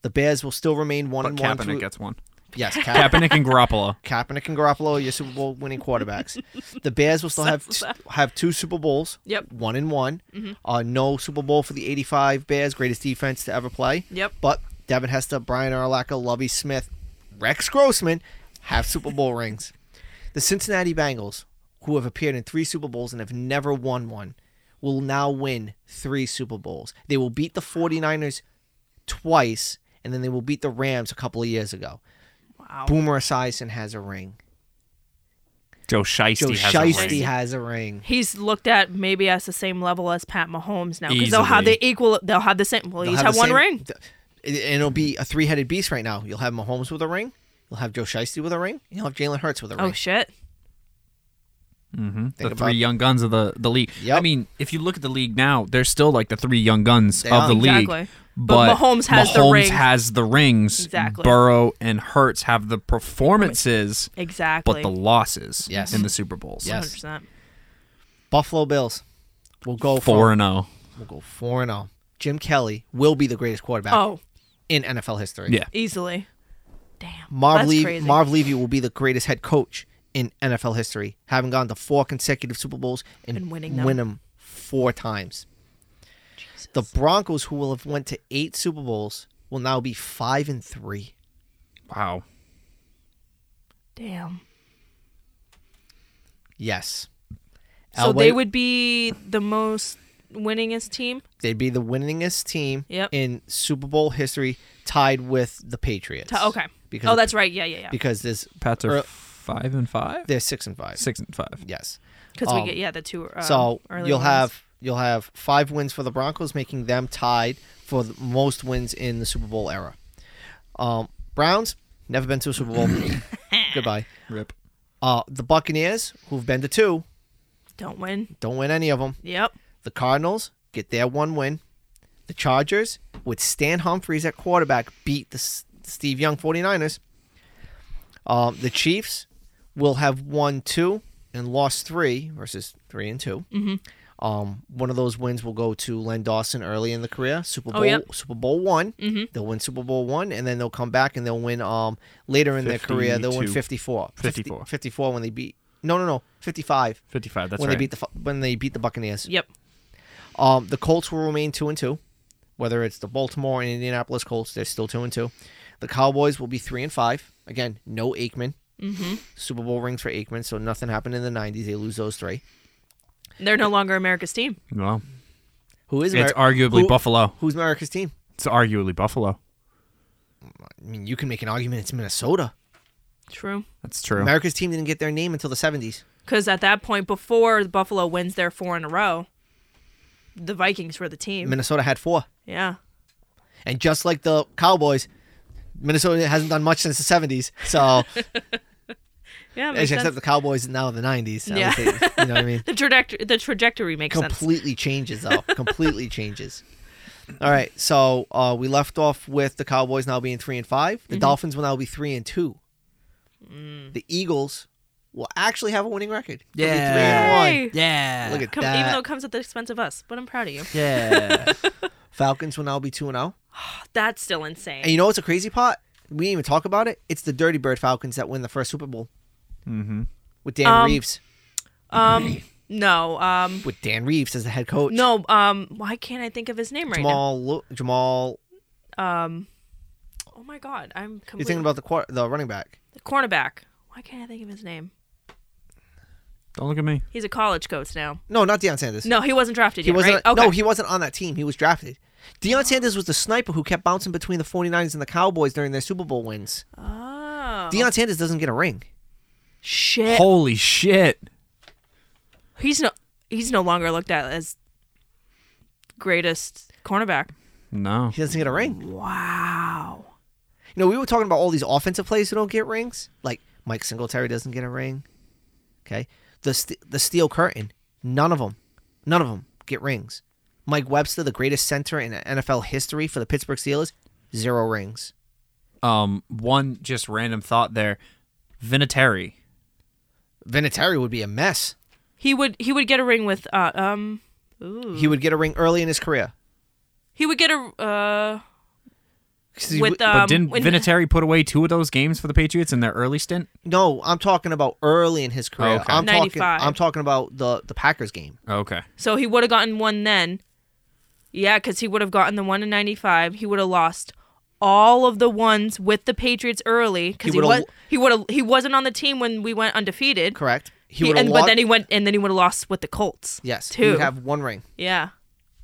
Speaker 1: The Bears will still remain one
Speaker 2: But
Speaker 1: and one.
Speaker 2: Kaepernick
Speaker 1: through-
Speaker 2: gets one.
Speaker 1: yes, Kaepernick.
Speaker 2: Kaepernick and Garoppolo.
Speaker 1: Kaepernick and Garoppolo are your Super Bowl winning quarterbacks. The Bears will still have
Speaker 3: Sounds
Speaker 1: have two Super Bowls.
Speaker 3: Yep.
Speaker 1: One and one. Uh, no Super Bowl for the '85 Bears, greatest defense to ever play.
Speaker 3: Yep.
Speaker 1: But Devin Hester, Brian Urlacher, Lovey Smith, Rex Grossman have Super Bowl rings. The Cincinnati Bengals, who have appeared in three Super Bowls and have never won one, will now win three Super Bowls. They will beat the 49ers twice, and then they will beat the Rams a couple of years ago.
Speaker 3: Wow.
Speaker 1: Boomer Esiason has a ring.
Speaker 2: Joe
Speaker 1: Joe
Speaker 2: Shiesty has a
Speaker 1: Shiesty
Speaker 2: ring.
Speaker 1: has a ring.
Speaker 3: He's looked at maybe as the same level as Pat Mahomes now because they'll have
Speaker 2: Easily.
Speaker 3: the equal. They'll have the same. Well,
Speaker 1: They'll
Speaker 3: each
Speaker 1: have
Speaker 3: have
Speaker 1: the
Speaker 3: one
Speaker 1: same-
Speaker 3: ring.
Speaker 1: th- and it'll be a three-headed beast right now. You'll have Mahomes with a ring. You'll have Joe Shiesty with a ring. and You'll have Jalen Hurts with a
Speaker 3: Oh
Speaker 1: ring.
Speaker 3: shit!
Speaker 2: the
Speaker 1: Think
Speaker 2: three
Speaker 1: about-
Speaker 2: young guns of the, the league.
Speaker 1: Yep.
Speaker 2: I mean, if you look at the league now, they're still like the three young guns
Speaker 1: They
Speaker 2: of
Speaker 1: are.
Speaker 2: the league.
Speaker 3: Exactly. But Mahomes has the
Speaker 2: Mahomes
Speaker 3: rings.
Speaker 2: has the rings.
Speaker 3: Exactly.
Speaker 2: Burrow and Hurts have the performances,
Speaker 3: Exactly.
Speaker 2: but the losses
Speaker 1: Yes.
Speaker 2: in the Super Bowls.
Speaker 1: Yes.
Speaker 3: 100%.
Speaker 1: Buffalo Bills will go
Speaker 2: Four
Speaker 1: from-
Speaker 2: and oh. zero.
Speaker 1: We'll go four and zero. Jim Kelly will be the greatest quarterback
Speaker 3: Oh,
Speaker 1: in NFL history.
Speaker 2: Yeah.
Speaker 3: easily. Damn.
Speaker 1: Marv,
Speaker 3: That's
Speaker 1: Le-
Speaker 3: crazy.
Speaker 1: Marv Levy will be the greatest head coach in NFL history, having gone to four consecutive Super Bowls and,
Speaker 3: And winning them.
Speaker 1: win them four times. The Broncos, who will have went to eight Super Bowls, will now be five and three.
Speaker 2: Wow.
Speaker 3: Damn.
Speaker 1: Yes.
Speaker 3: So
Speaker 1: Elway-
Speaker 3: they would be the most winningest team.
Speaker 1: they'd be the winningest team
Speaker 3: Yep.
Speaker 1: in Super Bowl history, tied with the Patriots.
Speaker 3: T- okay.
Speaker 1: Because
Speaker 3: oh, that's right. Yeah, yeah, yeah.
Speaker 1: because there's
Speaker 2: Pats are
Speaker 1: Earl-
Speaker 2: five and five.
Speaker 1: they're six and five.
Speaker 2: Six and five.
Speaker 1: Yes.
Speaker 3: Because
Speaker 1: um,
Speaker 3: we get yeah the two. Uh,
Speaker 1: So
Speaker 3: early
Speaker 1: you'll
Speaker 3: ones.
Speaker 1: have you'll have five wins for the Broncos, making them tied for the most wins in the Super Bowl era. Um, Browns never been to a Super Bowl. Goodbye.
Speaker 2: Rip.
Speaker 1: Uh, the Buccaneers, who've been to two,
Speaker 3: don't win.
Speaker 1: don't win any of them.
Speaker 3: Yep.
Speaker 1: The Cardinals get their one win. The Chargers, with Stan Humphries at quarterback, beat the S- Steve Young 49ers. Um, the Chiefs will have won two and lost three versus three and 2
Speaker 3: Mm-hmm.
Speaker 1: Um, one of those wins will go to Len Dawson early in the career, Super
Speaker 3: Oh,
Speaker 1: Bowl,
Speaker 3: yep. Mm-hmm.
Speaker 1: Super Bowl one. They'll win Super Bowl one, and then they'll come back and they'll win um, later in their career. They'll win 54.
Speaker 2: 54.
Speaker 1: 54 when they beat. No, no, no. 55
Speaker 2: Fifty-five. That's
Speaker 1: when
Speaker 2: right.
Speaker 1: they beat the Fu- when they beat the Buccaneers.
Speaker 3: Yep.
Speaker 1: Um, the Colts will remain two and two, whether it's the Baltimore and Indianapolis Colts, they're still two and two. The Cowboys will be three and five. Again, no Aikman. Mm-hmm. Super Bowl rings for Aikman, so nothing happened in the '90s. They lose those three.
Speaker 3: They're no longer America's team.
Speaker 2: well,
Speaker 1: Who is
Speaker 2: it's
Speaker 1: Ameri-
Speaker 2: arguably
Speaker 1: who-
Speaker 2: Buffalo.
Speaker 1: Who's America's team?
Speaker 2: It's arguably Buffalo.
Speaker 1: I mean, you can make an argument it's Minnesota.
Speaker 3: True.
Speaker 2: That's true.
Speaker 1: America's team didn't get their name until the '70s.
Speaker 3: Because at that point, before Buffalo wins their four in a row, the Vikings were the team.
Speaker 1: Minnesota had four,
Speaker 3: yeah.
Speaker 1: and just like the Cowboys, Minnesota hasn't done much since the '70s. So,
Speaker 3: Yeah. Makes
Speaker 1: except
Speaker 3: sense.
Speaker 1: the Cowboys now in the '90s. I would
Speaker 3: Yeah.
Speaker 1: say, you know what I mean.
Speaker 3: The trajectory, the trajectory makes sense.
Speaker 1: completely changes though completely changes all right so uh, we left off with the cowboys now being three and five
Speaker 3: Mm-hmm.
Speaker 1: the dolphins will now be three and two
Speaker 3: Mm.
Speaker 1: the eagles will actually have a winning record They'll be three and one.
Speaker 3: Yay!
Speaker 2: Yeah.
Speaker 1: look at
Speaker 3: Come,
Speaker 1: that
Speaker 3: even though it comes at the expense of us, but I'm proud of you.
Speaker 2: Yeah.
Speaker 1: falcons will now be two and oh
Speaker 3: That's still insane.
Speaker 1: and you know what's a crazy part we didn't even talk about it it's the dirty bird falcons that win the first super bowl
Speaker 2: mm-hmm.
Speaker 1: with dan
Speaker 3: Um,
Speaker 1: reeves
Speaker 3: um, no, um,
Speaker 1: with dan reeves as the head coach
Speaker 3: no, um, why can't I think of his name right
Speaker 1: jamal Lu- jamal
Speaker 3: now? Um, oh my God, I'm completely
Speaker 1: you're thinking about the quar- the running back
Speaker 3: the cornerback. Why can't I think of his name?
Speaker 2: Don't look at me.
Speaker 3: He's a college coach now.
Speaker 1: no not Deion sanders
Speaker 3: No, he wasn't drafted
Speaker 1: He
Speaker 3: yet,
Speaker 1: wasn't.
Speaker 3: right? Okay. Oh.
Speaker 1: No, he wasn't on that team. He was drafted. Deion Sanders was the sniper who kept bouncing between the 49ers and the Cowboys during their Super Bowl wins.
Speaker 3: oh.
Speaker 1: Deion Sanders doesn't get a ring.
Speaker 3: Shit.
Speaker 2: Holy shit.
Speaker 3: He's no he's no longer looked at as greatest cornerback.
Speaker 2: No.
Speaker 1: He doesn't get a ring.
Speaker 3: Wow.
Speaker 1: You know, we were talking about all these offensive players who don't get rings. Like Mike Singletary doesn't get a ring. Okay, the st- the steel curtain. None of them, none of them get rings. Mike Webster, the greatest center in NFL history for the Pittsburgh Steelers, zero rings.
Speaker 2: Um, one just random thought there. Vinatieri.
Speaker 1: Vinatieri would be a mess.
Speaker 3: He would he would get a ring with uh um ooh.
Speaker 1: He would get a ring early in his career.
Speaker 3: He would get a uh
Speaker 1: 'Cause he
Speaker 3: with
Speaker 1: w-
Speaker 2: But
Speaker 3: um
Speaker 2: didn't
Speaker 3: when-
Speaker 2: Vinatieri put away two of those games for the Patriots in their early stint?
Speaker 1: no, I'm talking about early in his career.
Speaker 2: Okay.
Speaker 1: I'm talking.
Speaker 3: 95.
Speaker 1: I'm talking about the the Packers game.
Speaker 2: Okay.
Speaker 3: So he would have gotten one then. Yeah, because he would have gotten the one in 95. He would have lost all of the ones with the Patriots early because
Speaker 1: He
Speaker 3: he,
Speaker 1: would've
Speaker 3: was
Speaker 1: lo-
Speaker 3: he would have he wasn't on the team when we went undefeated.
Speaker 1: Correct.
Speaker 3: He
Speaker 1: would've
Speaker 3: and,
Speaker 1: lo-
Speaker 3: but then he went and then he would have lost with the Colts.
Speaker 1: yes, he
Speaker 3: Two.
Speaker 1: would have one ring.
Speaker 3: yeah.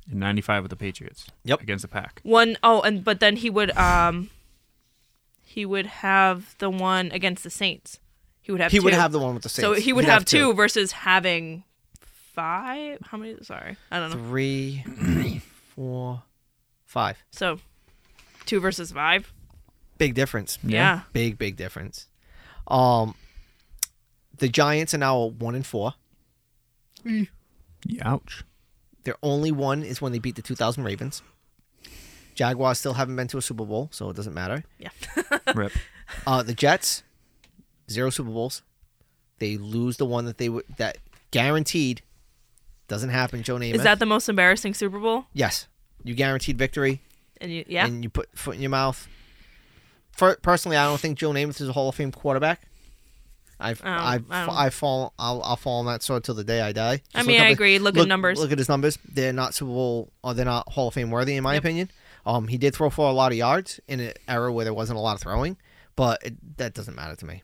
Speaker 2: In 95 with the Patriots.
Speaker 1: Yep.
Speaker 2: Against the Pack.
Speaker 3: One oh and but then he would um he would have the one against the Saints. He would have
Speaker 1: He
Speaker 3: two.
Speaker 1: would have the one with the Saints.
Speaker 3: So he would
Speaker 1: He'd
Speaker 3: have, two versus having five. How many? Sorry, I don't know.
Speaker 1: Three, four, five.
Speaker 3: So two versus five.
Speaker 1: Big difference.
Speaker 3: Yeah.
Speaker 1: Big big difference. Um, the Giants are now one and four.
Speaker 2: Ouch.
Speaker 1: Their only one is when they beat the 2000 Ravens. Jaguars still haven't been to a Super Bowl, so it doesn't matter.
Speaker 3: Yeah.
Speaker 2: Rip.
Speaker 1: Uh, the Jets, zero Super Bowls. They lose the one that they would that guaranteed doesn't happen. Joe Namath.
Speaker 3: Is that the most embarrassing Super Bowl?
Speaker 1: yes? You guaranteed victory,
Speaker 3: And you, yeah,
Speaker 1: and you put foot in your mouth. For, personally, I don't think Joe Namath is a Hall of Fame quarterback. I've,
Speaker 3: Um,
Speaker 1: I've,
Speaker 3: I don't-
Speaker 1: I fall, I'll, I'll fall on that sword till the day I die.
Speaker 3: I
Speaker 1: Just
Speaker 3: mean,
Speaker 1: look
Speaker 3: I
Speaker 1: up
Speaker 3: agree. Look at numbers.
Speaker 1: Look at his numbers. They're not Super Bowl, or they're not Hall of Fame worthy, in my opinion. Um, he did throw for a lot of yards in an era where there wasn't a lot of throwing, but it, that doesn't matter to me.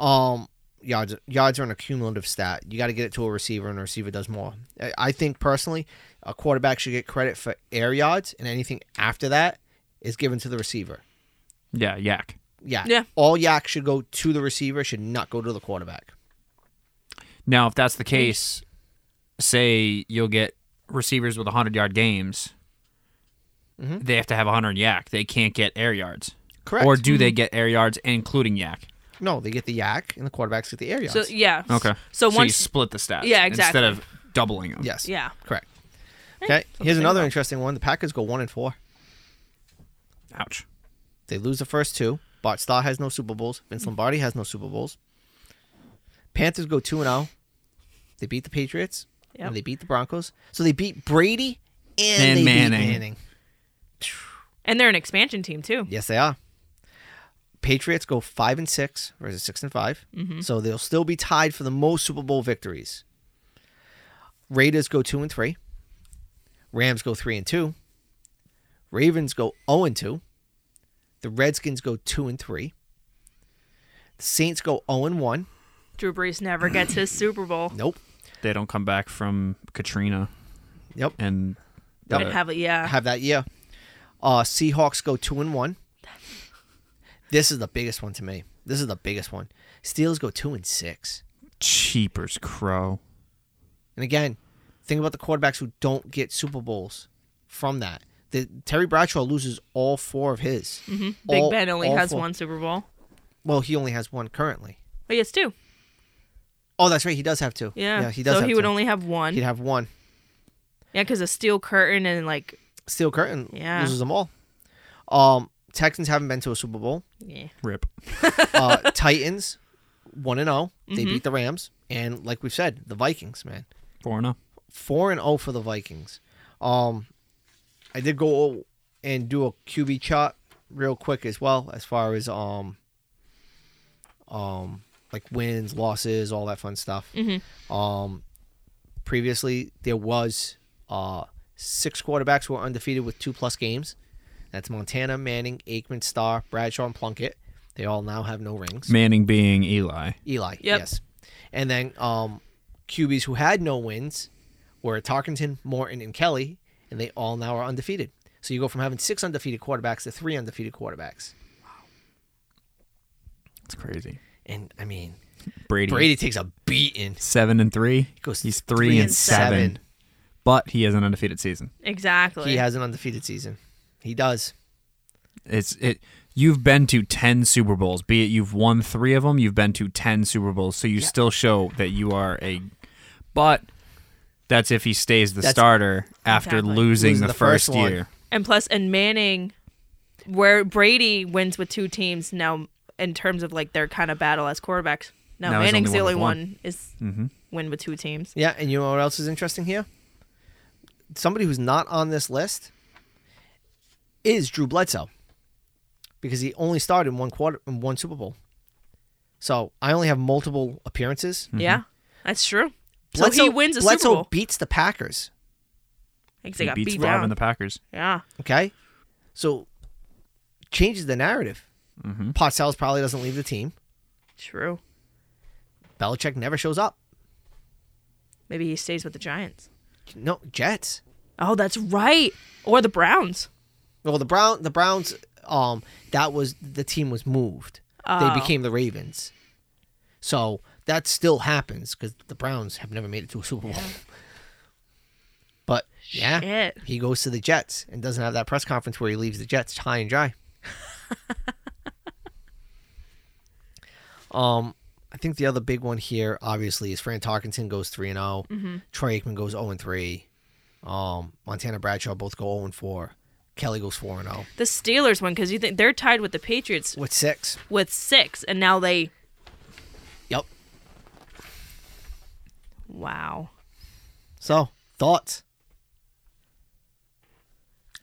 Speaker 1: Um, yards yards are an accumulative stat. You got to get it to a receiver, and a receiver does more. I, I think personally, a quarterback should get credit for air yards, and anything after that is given to the receiver.
Speaker 2: Yeah, yak.
Speaker 1: Yeah,
Speaker 3: Yeah.
Speaker 1: All yak should go to the receiver. Should not go to the quarterback.
Speaker 2: Now, if that's the case, say you'll get receivers with 100 yard games. They have to have 100 yak. They can't get air yards.
Speaker 1: Correct.
Speaker 2: Or do they get air yards including yak?
Speaker 1: No, they get the yak, and the quarterbacks get the air yards.
Speaker 3: so yeah.
Speaker 2: Okay.
Speaker 3: So
Speaker 2: you
Speaker 3: once
Speaker 2: split the stats.
Speaker 3: Yeah, exactly.
Speaker 2: Instead of doubling them.
Speaker 1: yes.
Speaker 3: yeah,
Speaker 1: Correct. Okay. Here's another interesting one. The Packers go one and four.
Speaker 2: Ouch.
Speaker 1: They lose the first two. Bart Starr has no Super Bowls. Vince Lombardi has no Super Bowls. Panthers go two and zero. They beat the Patriots
Speaker 3: Yep.
Speaker 1: and they beat the Broncos. So they beat Brady and,
Speaker 2: And
Speaker 1: they beat
Speaker 2: Manning.
Speaker 1: Manning.
Speaker 3: and they're an expansion team too.
Speaker 1: Yes, they are. Patriots go five and six versus six and 5 so they'll still be tied for the most Super Bowl victories. Raiders go two and three. Rams go three and two. Ravens go zero and two. The Redskins go two and three. The Saints go zero and one.
Speaker 3: Drew Brees never gets his Super Bowl.
Speaker 1: Nope.
Speaker 2: They don't come back from Katrina
Speaker 1: Yep.
Speaker 2: and
Speaker 1: Yep.
Speaker 2: uh,
Speaker 3: And have a yeah.
Speaker 1: Have that year. Uh, Seahawks go two and one. This is the biggest one to me. This is the biggest one. Steelers go two and six.
Speaker 2: Cheapers Crow.
Speaker 1: And again, think about the quarterbacks who don't get Super Bowls from that. The, Terry Bradshaw loses all four of his.
Speaker 3: Mm-hmm. Big
Speaker 1: All-
Speaker 3: Ben only
Speaker 1: all
Speaker 3: has
Speaker 1: four.
Speaker 3: one Super Bowl.
Speaker 1: Well, he only has one currently.
Speaker 3: But he has two.
Speaker 1: Oh, that's right. He does have two.
Speaker 3: Yeah.
Speaker 1: he does.
Speaker 3: So
Speaker 1: have
Speaker 3: he would
Speaker 1: two.
Speaker 3: only have one.
Speaker 1: He'd
Speaker 3: Yeah,
Speaker 1: have one.
Speaker 3: 'cause yeah, because a steel curtain and like
Speaker 1: Steel Curtain
Speaker 3: Yeah.
Speaker 1: loses them all. Um, Texans haven't been to a Super Bowl.
Speaker 3: yeah.
Speaker 2: Rip.
Speaker 1: Uh, Titans, one and zero.
Speaker 3: Mm-hmm.
Speaker 1: They beat the Rams, and like we've said, the Vikings. Man,
Speaker 2: Four and oh.
Speaker 1: four and zero for the Vikings. Um, I did go and do a QB chart real quick as well, as far as um, um, like wins, losses, all that fun stuff. Um, previously there was uh six quarterbacks who were undefeated with two plus games. That's Montana, Manning, Aikman, Starr, Bradshaw, and Plunkett. They all now have no rings.
Speaker 2: Manning being Eli.
Speaker 1: Eli.
Speaker 3: Yep.
Speaker 1: Yes. And then um, QBs who had no wins were Tarkenton, Morton, and Kelly, and they all now are undefeated. So you go from having six undefeated quarterbacks to three undefeated quarterbacks.
Speaker 2: It's crazy.
Speaker 1: And I mean,
Speaker 2: Brady.
Speaker 1: Brady takes a beating.
Speaker 2: Seven and three.
Speaker 1: goes
Speaker 2: He's three, and seven. but he has an undefeated season.
Speaker 3: Exactly.
Speaker 1: He has an undefeated season. He does.
Speaker 2: It's it. You've been to ten Super Bowls, be it you've won three of them. You've been to ten Super Bowls, so you still show that you are a. But that's if he stays the
Speaker 1: That's-
Speaker 2: starter after
Speaker 3: Exactly.
Speaker 2: losing,
Speaker 1: Losing
Speaker 2: the,
Speaker 1: the first
Speaker 2: first,
Speaker 1: one.
Speaker 2: year.
Speaker 3: and plus, and Manning, where Brady wins with two teams now in terms of like their kind of battle as quarterbacks. No,
Speaker 2: Now he's
Speaker 3: Manning's
Speaker 2: only
Speaker 3: the only
Speaker 2: won with Mm-hmm.
Speaker 3: one, is win with two teams.
Speaker 1: Yeah, and you know what else is interesting here? Somebody who's not on this list is Drew Bledsoe. Because he only started in one quarter in one Super Bowl. So I only have multiple appearances.
Speaker 2: Mm-hmm.
Speaker 3: Yeah, that's true. so
Speaker 1: Bledsoe-
Speaker 3: he wins a
Speaker 1: Bledsoe
Speaker 3: Super Bowl.
Speaker 1: beats the Packers.
Speaker 3: Because they
Speaker 2: He
Speaker 3: got
Speaker 2: beats
Speaker 3: beat
Speaker 2: Rob
Speaker 3: down.
Speaker 2: and the Packers.
Speaker 3: yeah,
Speaker 1: Okay, so changes the narrative. Parcells probably doesn't leave the team.
Speaker 3: true.
Speaker 1: Belichick never shows up.
Speaker 3: Maybe he stays with the Giants.
Speaker 1: No Jets.
Speaker 3: Oh, that's right. Or the Browns.
Speaker 1: Well, the Brown the Browns. Um, that was the team was moved. They
Speaker 3: Oh.
Speaker 1: became the Ravens. So that still happens because the Browns have never made it to a Super Bowl. But yeah,
Speaker 3: Shit.
Speaker 1: he goes to the Jets and doesn't have that press conference where he leaves the Jets high and dry. um, I think the other big one here, obviously, is Fran Tarkenton goes three and zero.
Speaker 3: Mm-hmm.
Speaker 1: Troy Aikman goes zero and three. Um, Montana Bradshaw both go zero and four. Kelly goes four and oh. zero
Speaker 3: The Steelers won because you think they're tied with the Patriots
Speaker 1: with six.
Speaker 3: with six, and now they.
Speaker 1: Yep.
Speaker 3: Wow.
Speaker 1: So thoughts?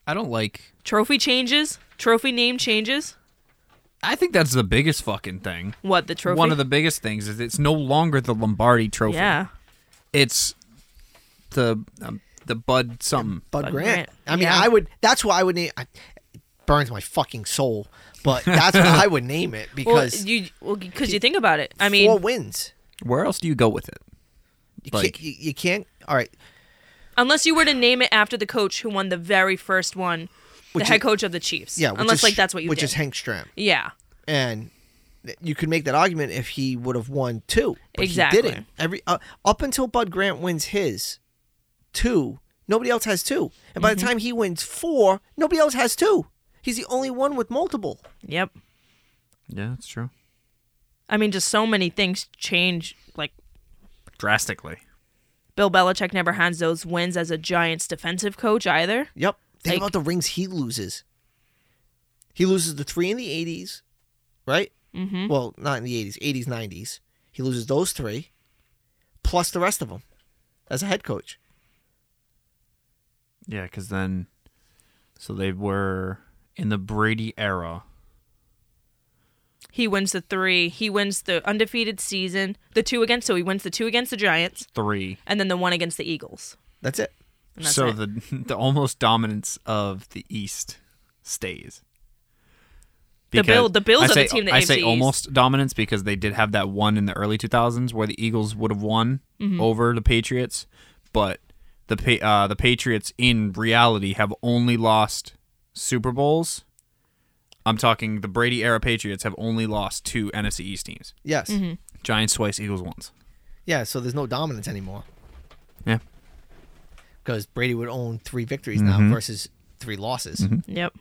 Speaker 2: I don't like.
Speaker 3: Trophy changes. Trophy name changes.
Speaker 2: I think that's the biggest fucking thing.
Speaker 3: What the trophy?
Speaker 2: One of the biggest things is it's no longer the Lombardi Trophy.
Speaker 3: yeah.
Speaker 2: it's the um, the Bud something.
Speaker 1: Bud,
Speaker 3: Bud
Speaker 1: Grant.
Speaker 3: Grant.
Speaker 1: I mean,
Speaker 3: Yeah.
Speaker 1: I would. That's why I would name. I, it burns my fucking soul, but that's what I would name it
Speaker 3: Well,
Speaker 1: because
Speaker 3: you well because you think about it. I mean,
Speaker 1: four wins.
Speaker 2: Where else do you go with it?
Speaker 1: You,
Speaker 2: Like-
Speaker 1: can't, you, you can't. All right.
Speaker 3: unless you were to name it after the coach who won the very first one, the
Speaker 1: Which
Speaker 3: head
Speaker 1: is-
Speaker 3: coach of the Chiefs.
Speaker 1: Yeah. Which
Speaker 3: Unless
Speaker 1: is,
Speaker 3: like that's what you
Speaker 1: Which
Speaker 3: did.
Speaker 1: is Hank Stram,
Speaker 3: yeah.
Speaker 1: and th- you could make that argument if he would have won two. But
Speaker 3: Exactly.
Speaker 1: He didn't. Every uh, up until Bud Grant wins his two, nobody else has two, and
Speaker 3: Mm-hmm.
Speaker 1: by the time he wins four, nobody else has two. He's the only one with multiple.
Speaker 3: Yep.
Speaker 2: Yeah, that's true.
Speaker 3: I mean, just so many things change. Like
Speaker 2: Drastically.
Speaker 3: Bill Belichick never has those wins as a Giants defensive coach either.
Speaker 1: Yep. Think
Speaker 3: Like-
Speaker 1: about the rings he loses. He loses the three in the eighties, right? Mm-hmm. Well, not in the eighties, eighties, nineties. He loses those three, plus the rest of them, as a head coach.
Speaker 2: Yeah, because then, so they were in the Brady era.
Speaker 3: He wins the three. He wins the undefeated season. The two against. So he wins the two against the Giants,
Speaker 2: Three.
Speaker 3: and then the one against the Eagles.
Speaker 1: That's it.
Speaker 3: And that's
Speaker 2: so
Speaker 3: it.
Speaker 2: the the almost dominance of the East stays.
Speaker 3: The Bill- the Bills
Speaker 2: I
Speaker 3: are the
Speaker 2: say-
Speaker 3: team that
Speaker 2: I
Speaker 3: aims the
Speaker 2: say
Speaker 3: East.
Speaker 2: almost dominance because they did have that one in the early 2000s where the Eagles would have won
Speaker 3: Mm-hmm.
Speaker 2: over the Patriots, but the pa- uh, the Patriots in reality have only lost Super Bowls. I'm talking the Brady era Patriots have only lost two NFC East teams:
Speaker 1: Yes.
Speaker 3: Mm-hmm.
Speaker 2: Giants twice, Eagles once.
Speaker 1: Yeah. So there's no dominance anymore
Speaker 2: Yeah,
Speaker 1: because Brady would own three victories now versus three losses.
Speaker 3: Yep.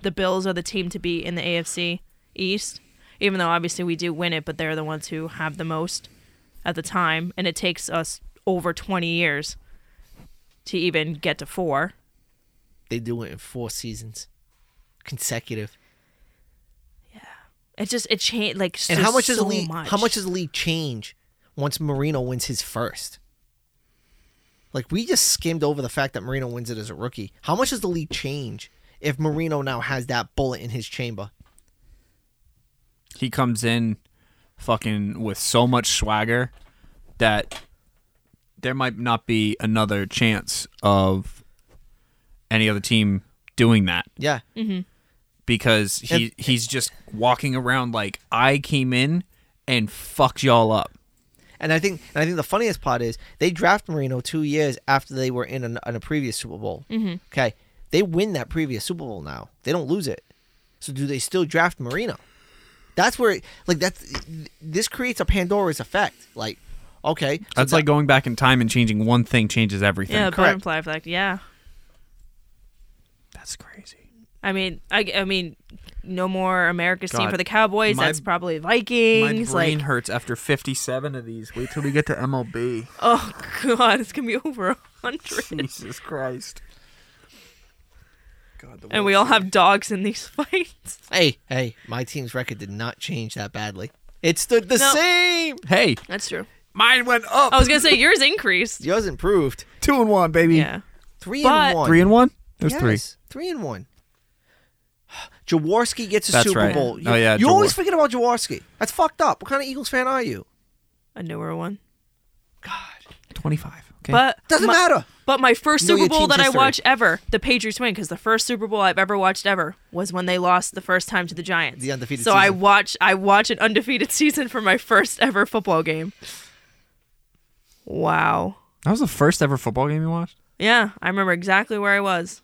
Speaker 3: The Bills are the team to be in the AFC East, even though obviously we do win it, but they're the ones who have the most at the time, and it takes us over 20 years to even get to four.
Speaker 1: They do it in four seasons, consecutive.
Speaker 3: It just it changed like
Speaker 1: And
Speaker 3: so,
Speaker 1: how much does
Speaker 3: so
Speaker 1: the league?
Speaker 3: much.
Speaker 1: How much does the league change once Marino wins his first? Like we just skimmed over the fact that Marino wins it as a rookie. How much does the league change if Marino now has that bullet in his chamber?
Speaker 2: he comes in fucking with so much swagger that there might not be another chance of any other team doing that
Speaker 1: Yeah,
Speaker 2: because he he's just walking around like I came in and fucked y'all up.
Speaker 1: and I think and I think the funniest part is they draft Marino two years after they were in an, in a previous Super Bowl. Mm-hmm. Okay, they win that previous Super Bowl now. They don't lose it. So do they still draft Marino? That's where like that's this creates a Pandora's effect. Like, Okay, so
Speaker 2: That's
Speaker 1: that-
Speaker 2: like going back in time and changing one thing changes everything.
Speaker 3: Yeah,
Speaker 1: Correct.
Speaker 3: butterfly effect. Yeah.
Speaker 2: That's crazy.
Speaker 3: I mean, I, I mean, no more America's team
Speaker 2: God,
Speaker 3: for the Cowboys.
Speaker 2: my-
Speaker 3: that's probably Vikings. Like,
Speaker 2: hurts after 57 of these. Wait till we get to MLB.
Speaker 3: oh god, it's gonna be over a hundred,
Speaker 2: Jesus Christ. God, the
Speaker 3: and we all have dogs in these fights.
Speaker 1: hey, hey, my team's record did not change that badly. It stood the
Speaker 3: No.
Speaker 1: same.
Speaker 2: Hey,
Speaker 3: That's true.
Speaker 2: mine went up.
Speaker 3: I was gonna say yours increased.
Speaker 1: Yours improved.
Speaker 2: two and one, baby.
Speaker 3: Yeah.
Speaker 1: Three
Speaker 3: But-
Speaker 1: and one.
Speaker 2: Three and one? It was
Speaker 1: yes,
Speaker 2: three.
Speaker 1: Three and one. Jaworski gets a
Speaker 2: That's
Speaker 1: Super
Speaker 2: right.
Speaker 1: Bowl.
Speaker 2: Oh,
Speaker 1: You,
Speaker 2: yeah,
Speaker 1: you
Speaker 2: Jawar-
Speaker 1: always forget about Jaworski. That's fucked up. What kind of Eagles fan are you?
Speaker 3: A newer one.
Speaker 2: 25. Okay.
Speaker 3: But
Speaker 1: Doesn't
Speaker 3: my,
Speaker 1: matter.
Speaker 3: But my first
Speaker 1: Know your
Speaker 3: Super Bowl
Speaker 1: team's
Speaker 3: that
Speaker 1: history.
Speaker 3: I watched ever, the Patriots win, because the first Super Bowl I've ever watched ever was when they lost the first time to the Giants.
Speaker 1: The undefeated
Speaker 3: So I
Speaker 1: season.
Speaker 3: watch I watch an undefeated season for my first ever football game. Wow.
Speaker 2: that was the first ever football game you watched?
Speaker 3: Yeah, I remember exactly where I was.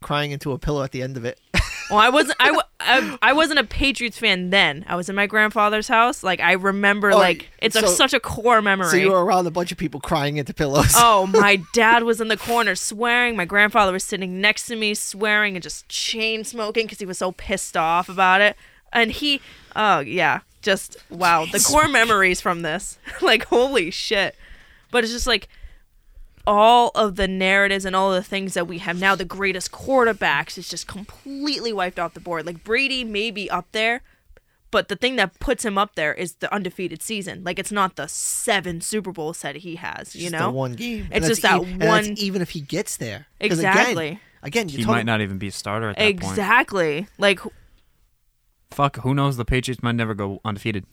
Speaker 1: Crying into a pillow at the end of it.
Speaker 3: Well, I wasn't I, wa- I, I wasn't a Patriots fan then. I was in my grandfather's house. Like I remember
Speaker 1: Oh,
Speaker 3: like it's
Speaker 1: so-
Speaker 3: a, such a core memory.
Speaker 1: so you were around a bunch of people crying into pillows.
Speaker 3: Oh, my dad was in the corner swearing. My grandfather was sitting next to me swearing and just chain smoking because he was so pissed off about it. And he, oh, yeah, just wow. The core memories from this. like, holy shit. But it's just like all of the narratives and all the things that we have now, the greatest quarterbacks, is just completely wiped off the board. Like, Brady may be up there. But the thing that puts him up there is the undefeated season. Like it's not the seven Super Bowls that he has. You
Speaker 1: Just
Speaker 3: know,
Speaker 1: the one game.
Speaker 3: It's
Speaker 1: that's
Speaker 3: just that
Speaker 1: e- and that's
Speaker 3: one-
Speaker 1: even if he gets there, 'Cause Again,
Speaker 3: Exactly.
Speaker 1: again you're
Speaker 2: He
Speaker 1: talking-
Speaker 2: might not even be a starter at that point.
Speaker 3: Exactly. Like wh-
Speaker 2: Fuck, who knows? The Patriots might never go undefeated.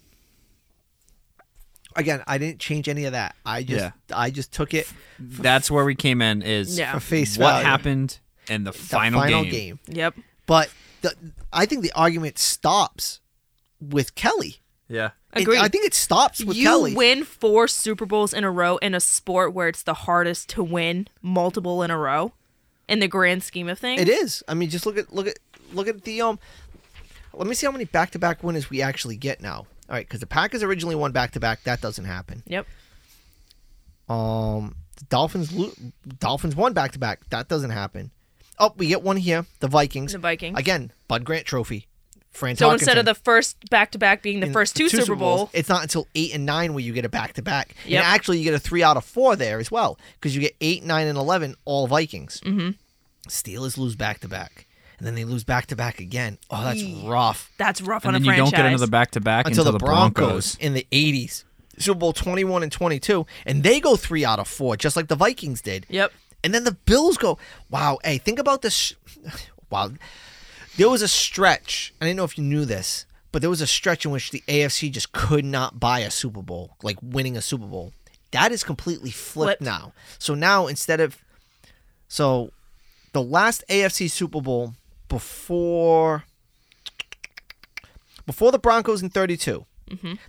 Speaker 1: Again, I didn't change any of that. I just, I just took it
Speaker 2: That's where we came in is
Speaker 3: Yeah.
Speaker 1: for face
Speaker 2: what
Speaker 1: value.
Speaker 2: happened in the,
Speaker 1: The
Speaker 2: final,
Speaker 1: final
Speaker 2: game.
Speaker 1: game.
Speaker 3: Yep.
Speaker 1: But the, I think the argument stops with Kelly.
Speaker 2: Yeah.
Speaker 1: It-
Speaker 3: Agreed.
Speaker 1: I think it stops with
Speaker 3: you
Speaker 1: Kelly.
Speaker 3: win four Super Bowls in a row in a sport where it's the hardest to win multiple in a row in the grand scheme of things.
Speaker 1: It is. I mean, just look at look at look at the um. Let me see how many back-to-back winners we actually get now. All right, because the Packers originally won back-to-back. That doesn't happen.
Speaker 3: Yep.
Speaker 1: Um, the Dolphins lo- Dolphins won back-to-back. That doesn't happen. Oh, we get one here. The Vikings.
Speaker 3: The Vikings.
Speaker 1: again. Bud Grant Trophy. Fran
Speaker 3: So instead
Speaker 1: Tarkenton.
Speaker 3: of the first back to back being the
Speaker 1: in
Speaker 3: first
Speaker 1: the
Speaker 3: two, Super Bowl,
Speaker 1: It's not until eight and nine where you get a back to back. And
Speaker 3: Yep.
Speaker 1: actually, you get a three out of four there as well because you get eight, nine, and eleven all Vikings. Mm-hmm. Steelers lose back to back, and then they lose back to back again. Oh, that's rough.
Speaker 3: that's rough
Speaker 2: And then
Speaker 3: on a
Speaker 2: you
Speaker 3: franchise.
Speaker 2: don't get another back to back
Speaker 1: Until, the, Broncos,
Speaker 2: Broncos.
Speaker 1: in the eighties, Super Bowl twenty one and twenty two, and they go three out of four, just like the Vikings did.
Speaker 3: Yep.
Speaker 1: And then the Bills go, wow, hey, think about this. sh- Wow. There was a stretch. I didn't know if you knew this, but there was a stretch in which the AFC just could not buy a Super Bowl, like winning a Super Bowl. That is completely flipped
Speaker 3: Flipped.
Speaker 1: now. So now instead of. So the last AFC Super Bowl before. Before the Broncos in 32,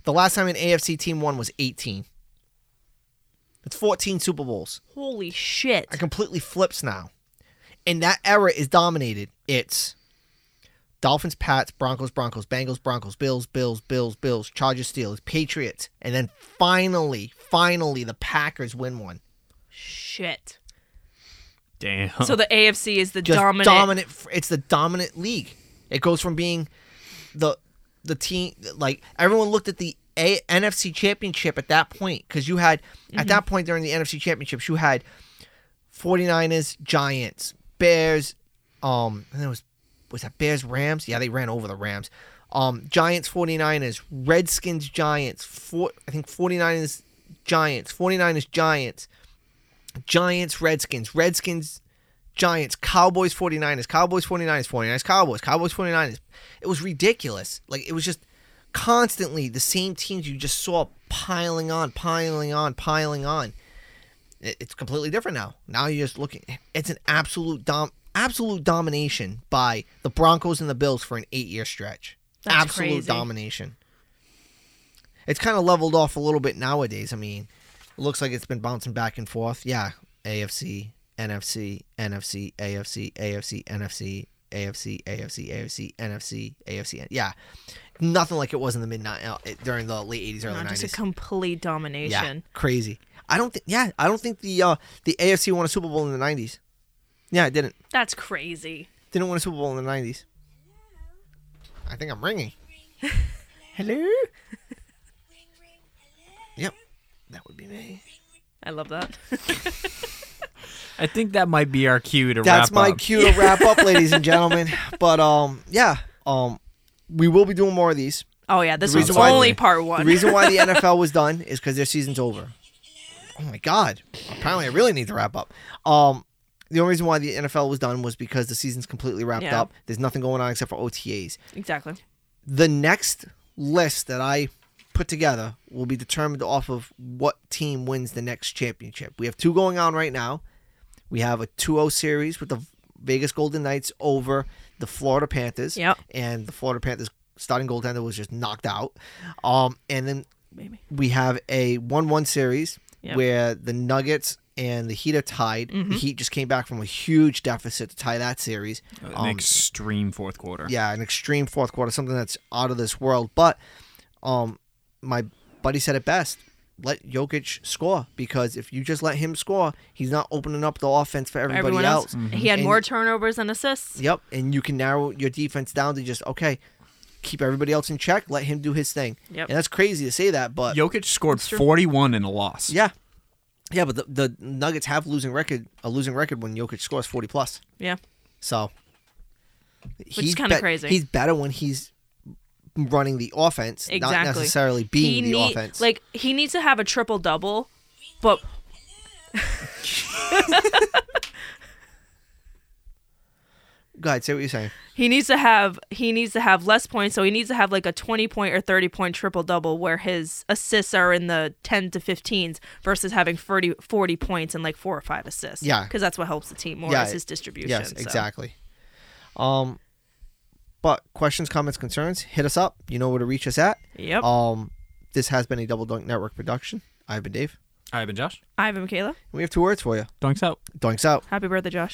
Speaker 1: the last time an AFC team won was 18. That's 14 Super Bowls
Speaker 3: Holy shit.
Speaker 1: it completely flips now. And that era is dominated. It's Dolphins, Pats, Broncos, Broncos, Bengals, Broncos, Bills, Bills, Bills, Bills, Chargers, Steelers, Patriots, and then finally, finally, the Packers win one.
Speaker 3: Shit.
Speaker 2: Damn.
Speaker 3: So the AFC is the
Speaker 1: Uh-huh. Just
Speaker 3: dominant.
Speaker 1: dominant. It's the dominant league. It goes from being the the team like everyone looked at the A- NFC Championship at that point because you had at that point during the NFC Championships you had 49ers, Giants, Bears, um, and there was was that Bears Rams? Yeah, they ran over the Rams. Um, Giants 49ers, Redskins Giants, four, I think 49ers Giants, 49ers Giants, Giants Redskins, Redskins Giants, Cowboys 49ers, Cowboys 49ers, 49ers Cowboys, Cowboys 49ers. It was ridiculous. Like it was just constantly the same teams you just saw piling on, piling on, piling on it- it's completely different now. Now you're just looking. It's an absolute dom, absolute domination by the Broncos and the Bills for an eight year stretch.
Speaker 3: That's
Speaker 1: absolute
Speaker 3: crazy.
Speaker 1: domination. It's kind of leveled off a little bit nowadays. I mean, it looks like it's been bouncing back and forth. Yeah, AFC, NFC, NFC, AFC, AFC, NFC, AFC, AFC, AFC, NFC, AFC. Yeah, nothing like it was in the mid during the late eighties, early
Speaker 3: No, just a
Speaker 1: nineties.
Speaker 3: complete
Speaker 1: Yeah,
Speaker 3: domination.
Speaker 1: crazy. I don't think. Yeah, I don't think the uh, the AFC won a Super Bowl in the nineties. Yeah, it didn't.
Speaker 3: That's crazy.
Speaker 1: Didn't win a Super Bowl in the nineties. I think I'm ringing.
Speaker 3: Hello.
Speaker 1: Yep, that would be me.
Speaker 3: I love that.
Speaker 2: I think that might be our cue to
Speaker 1: That's
Speaker 2: wrap
Speaker 1: my
Speaker 2: up.
Speaker 1: cue to wrap up, ladies and gentlemen. But um, yeah, um, we will be doing more of these.
Speaker 3: oh yeah, this
Speaker 1: The
Speaker 3: was
Speaker 1: reason why-
Speaker 3: only part one.
Speaker 1: The reason why the NFL was done is because their season's over. Oh my God! Apparently, I really need to wrap up. Um, the only reason why the NFL was done was because the season's completely wrapped
Speaker 3: Yeah.
Speaker 1: up. There's nothing going on except for OTAs.
Speaker 3: exactly.
Speaker 1: The next list that I put together will be determined off of what team wins the next championship. We have two going on right now. We have a 2-0 series with the Vegas Golden Knights over the Florida Panthers.
Speaker 3: Yep.
Speaker 1: And the Florida Panthers starting goaltender was just knocked out. Um, and then
Speaker 3: Maybe.
Speaker 1: we have a 1-1 series
Speaker 3: Yep. Mm-hmm.
Speaker 1: where the Nuggets and the Heat are tied. The Heat just came back from a huge deficit to tie that series.
Speaker 2: An
Speaker 1: Um,
Speaker 2: extreme fourth quarter.
Speaker 1: yeah, an extreme fourth quarter, something that's out of this world. But um, my buddy said it best: let Jokic score because if you just let him score, he's not opening up the offense for everybody
Speaker 3: Everyone
Speaker 1: else. Mm-hmm.
Speaker 3: else. He had
Speaker 1: And-
Speaker 3: more turnovers than assists.
Speaker 1: Yep, and you can narrow your defense down to just okay, keep everybody else in check, let him do his thing.
Speaker 3: Yep.
Speaker 1: and that's crazy to say that, but
Speaker 2: Jokic scored 41 in a loss.
Speaker 1: yeah, yeah, but the, the Nuggets have losing record a losing record when Jokic scores forty plus.
Speaker 3: Yeah.
Speaker 1: So he's
Speaker 3: is kinda
Speaker 1: bet-
Speaker 3: crazy.
Speaker 1: He's better when he's running the offense, not
Speaker 3: Exactly.
Speaker 1: necessarily being
Speaker 3: he
Speaker 1: the
Speaker 3: need-
Speaker 1: offense.
Speaker 3: Like he needs to have a triple double, but
Speaker 1: go ahead, say what you're saying.
Speaker 3: he needs to have he needs to have less points. So he needs to have like a twenty point or thirty point triple double where his assists are in the ten to fifteens versus having 40, 40 points and like four or five assists.
Speaker 1: Yeah.
Speaker 3: because that's what helps the team more
Speaker 1: Yeah,
Speaker 3: is his distribution.
Speaker 1: Yes,
Speaker 3: so.
Speaker 1: exactly. Um, but questions, comments, concerns, hit us up. You know where to reach us at.
Speaker 3: Yep.
Speaker 1: Um, this has been a Double Dunk Network production. I've been Dave.
Speaker 2: I've been Josh.
Speaker 3: Ivan Michaela,
Speaker 1: We have two words for you.
Speaker 2: Dunks out.
Speaker 1: Dunks out.
Speaker 3: happy birthday, Josh.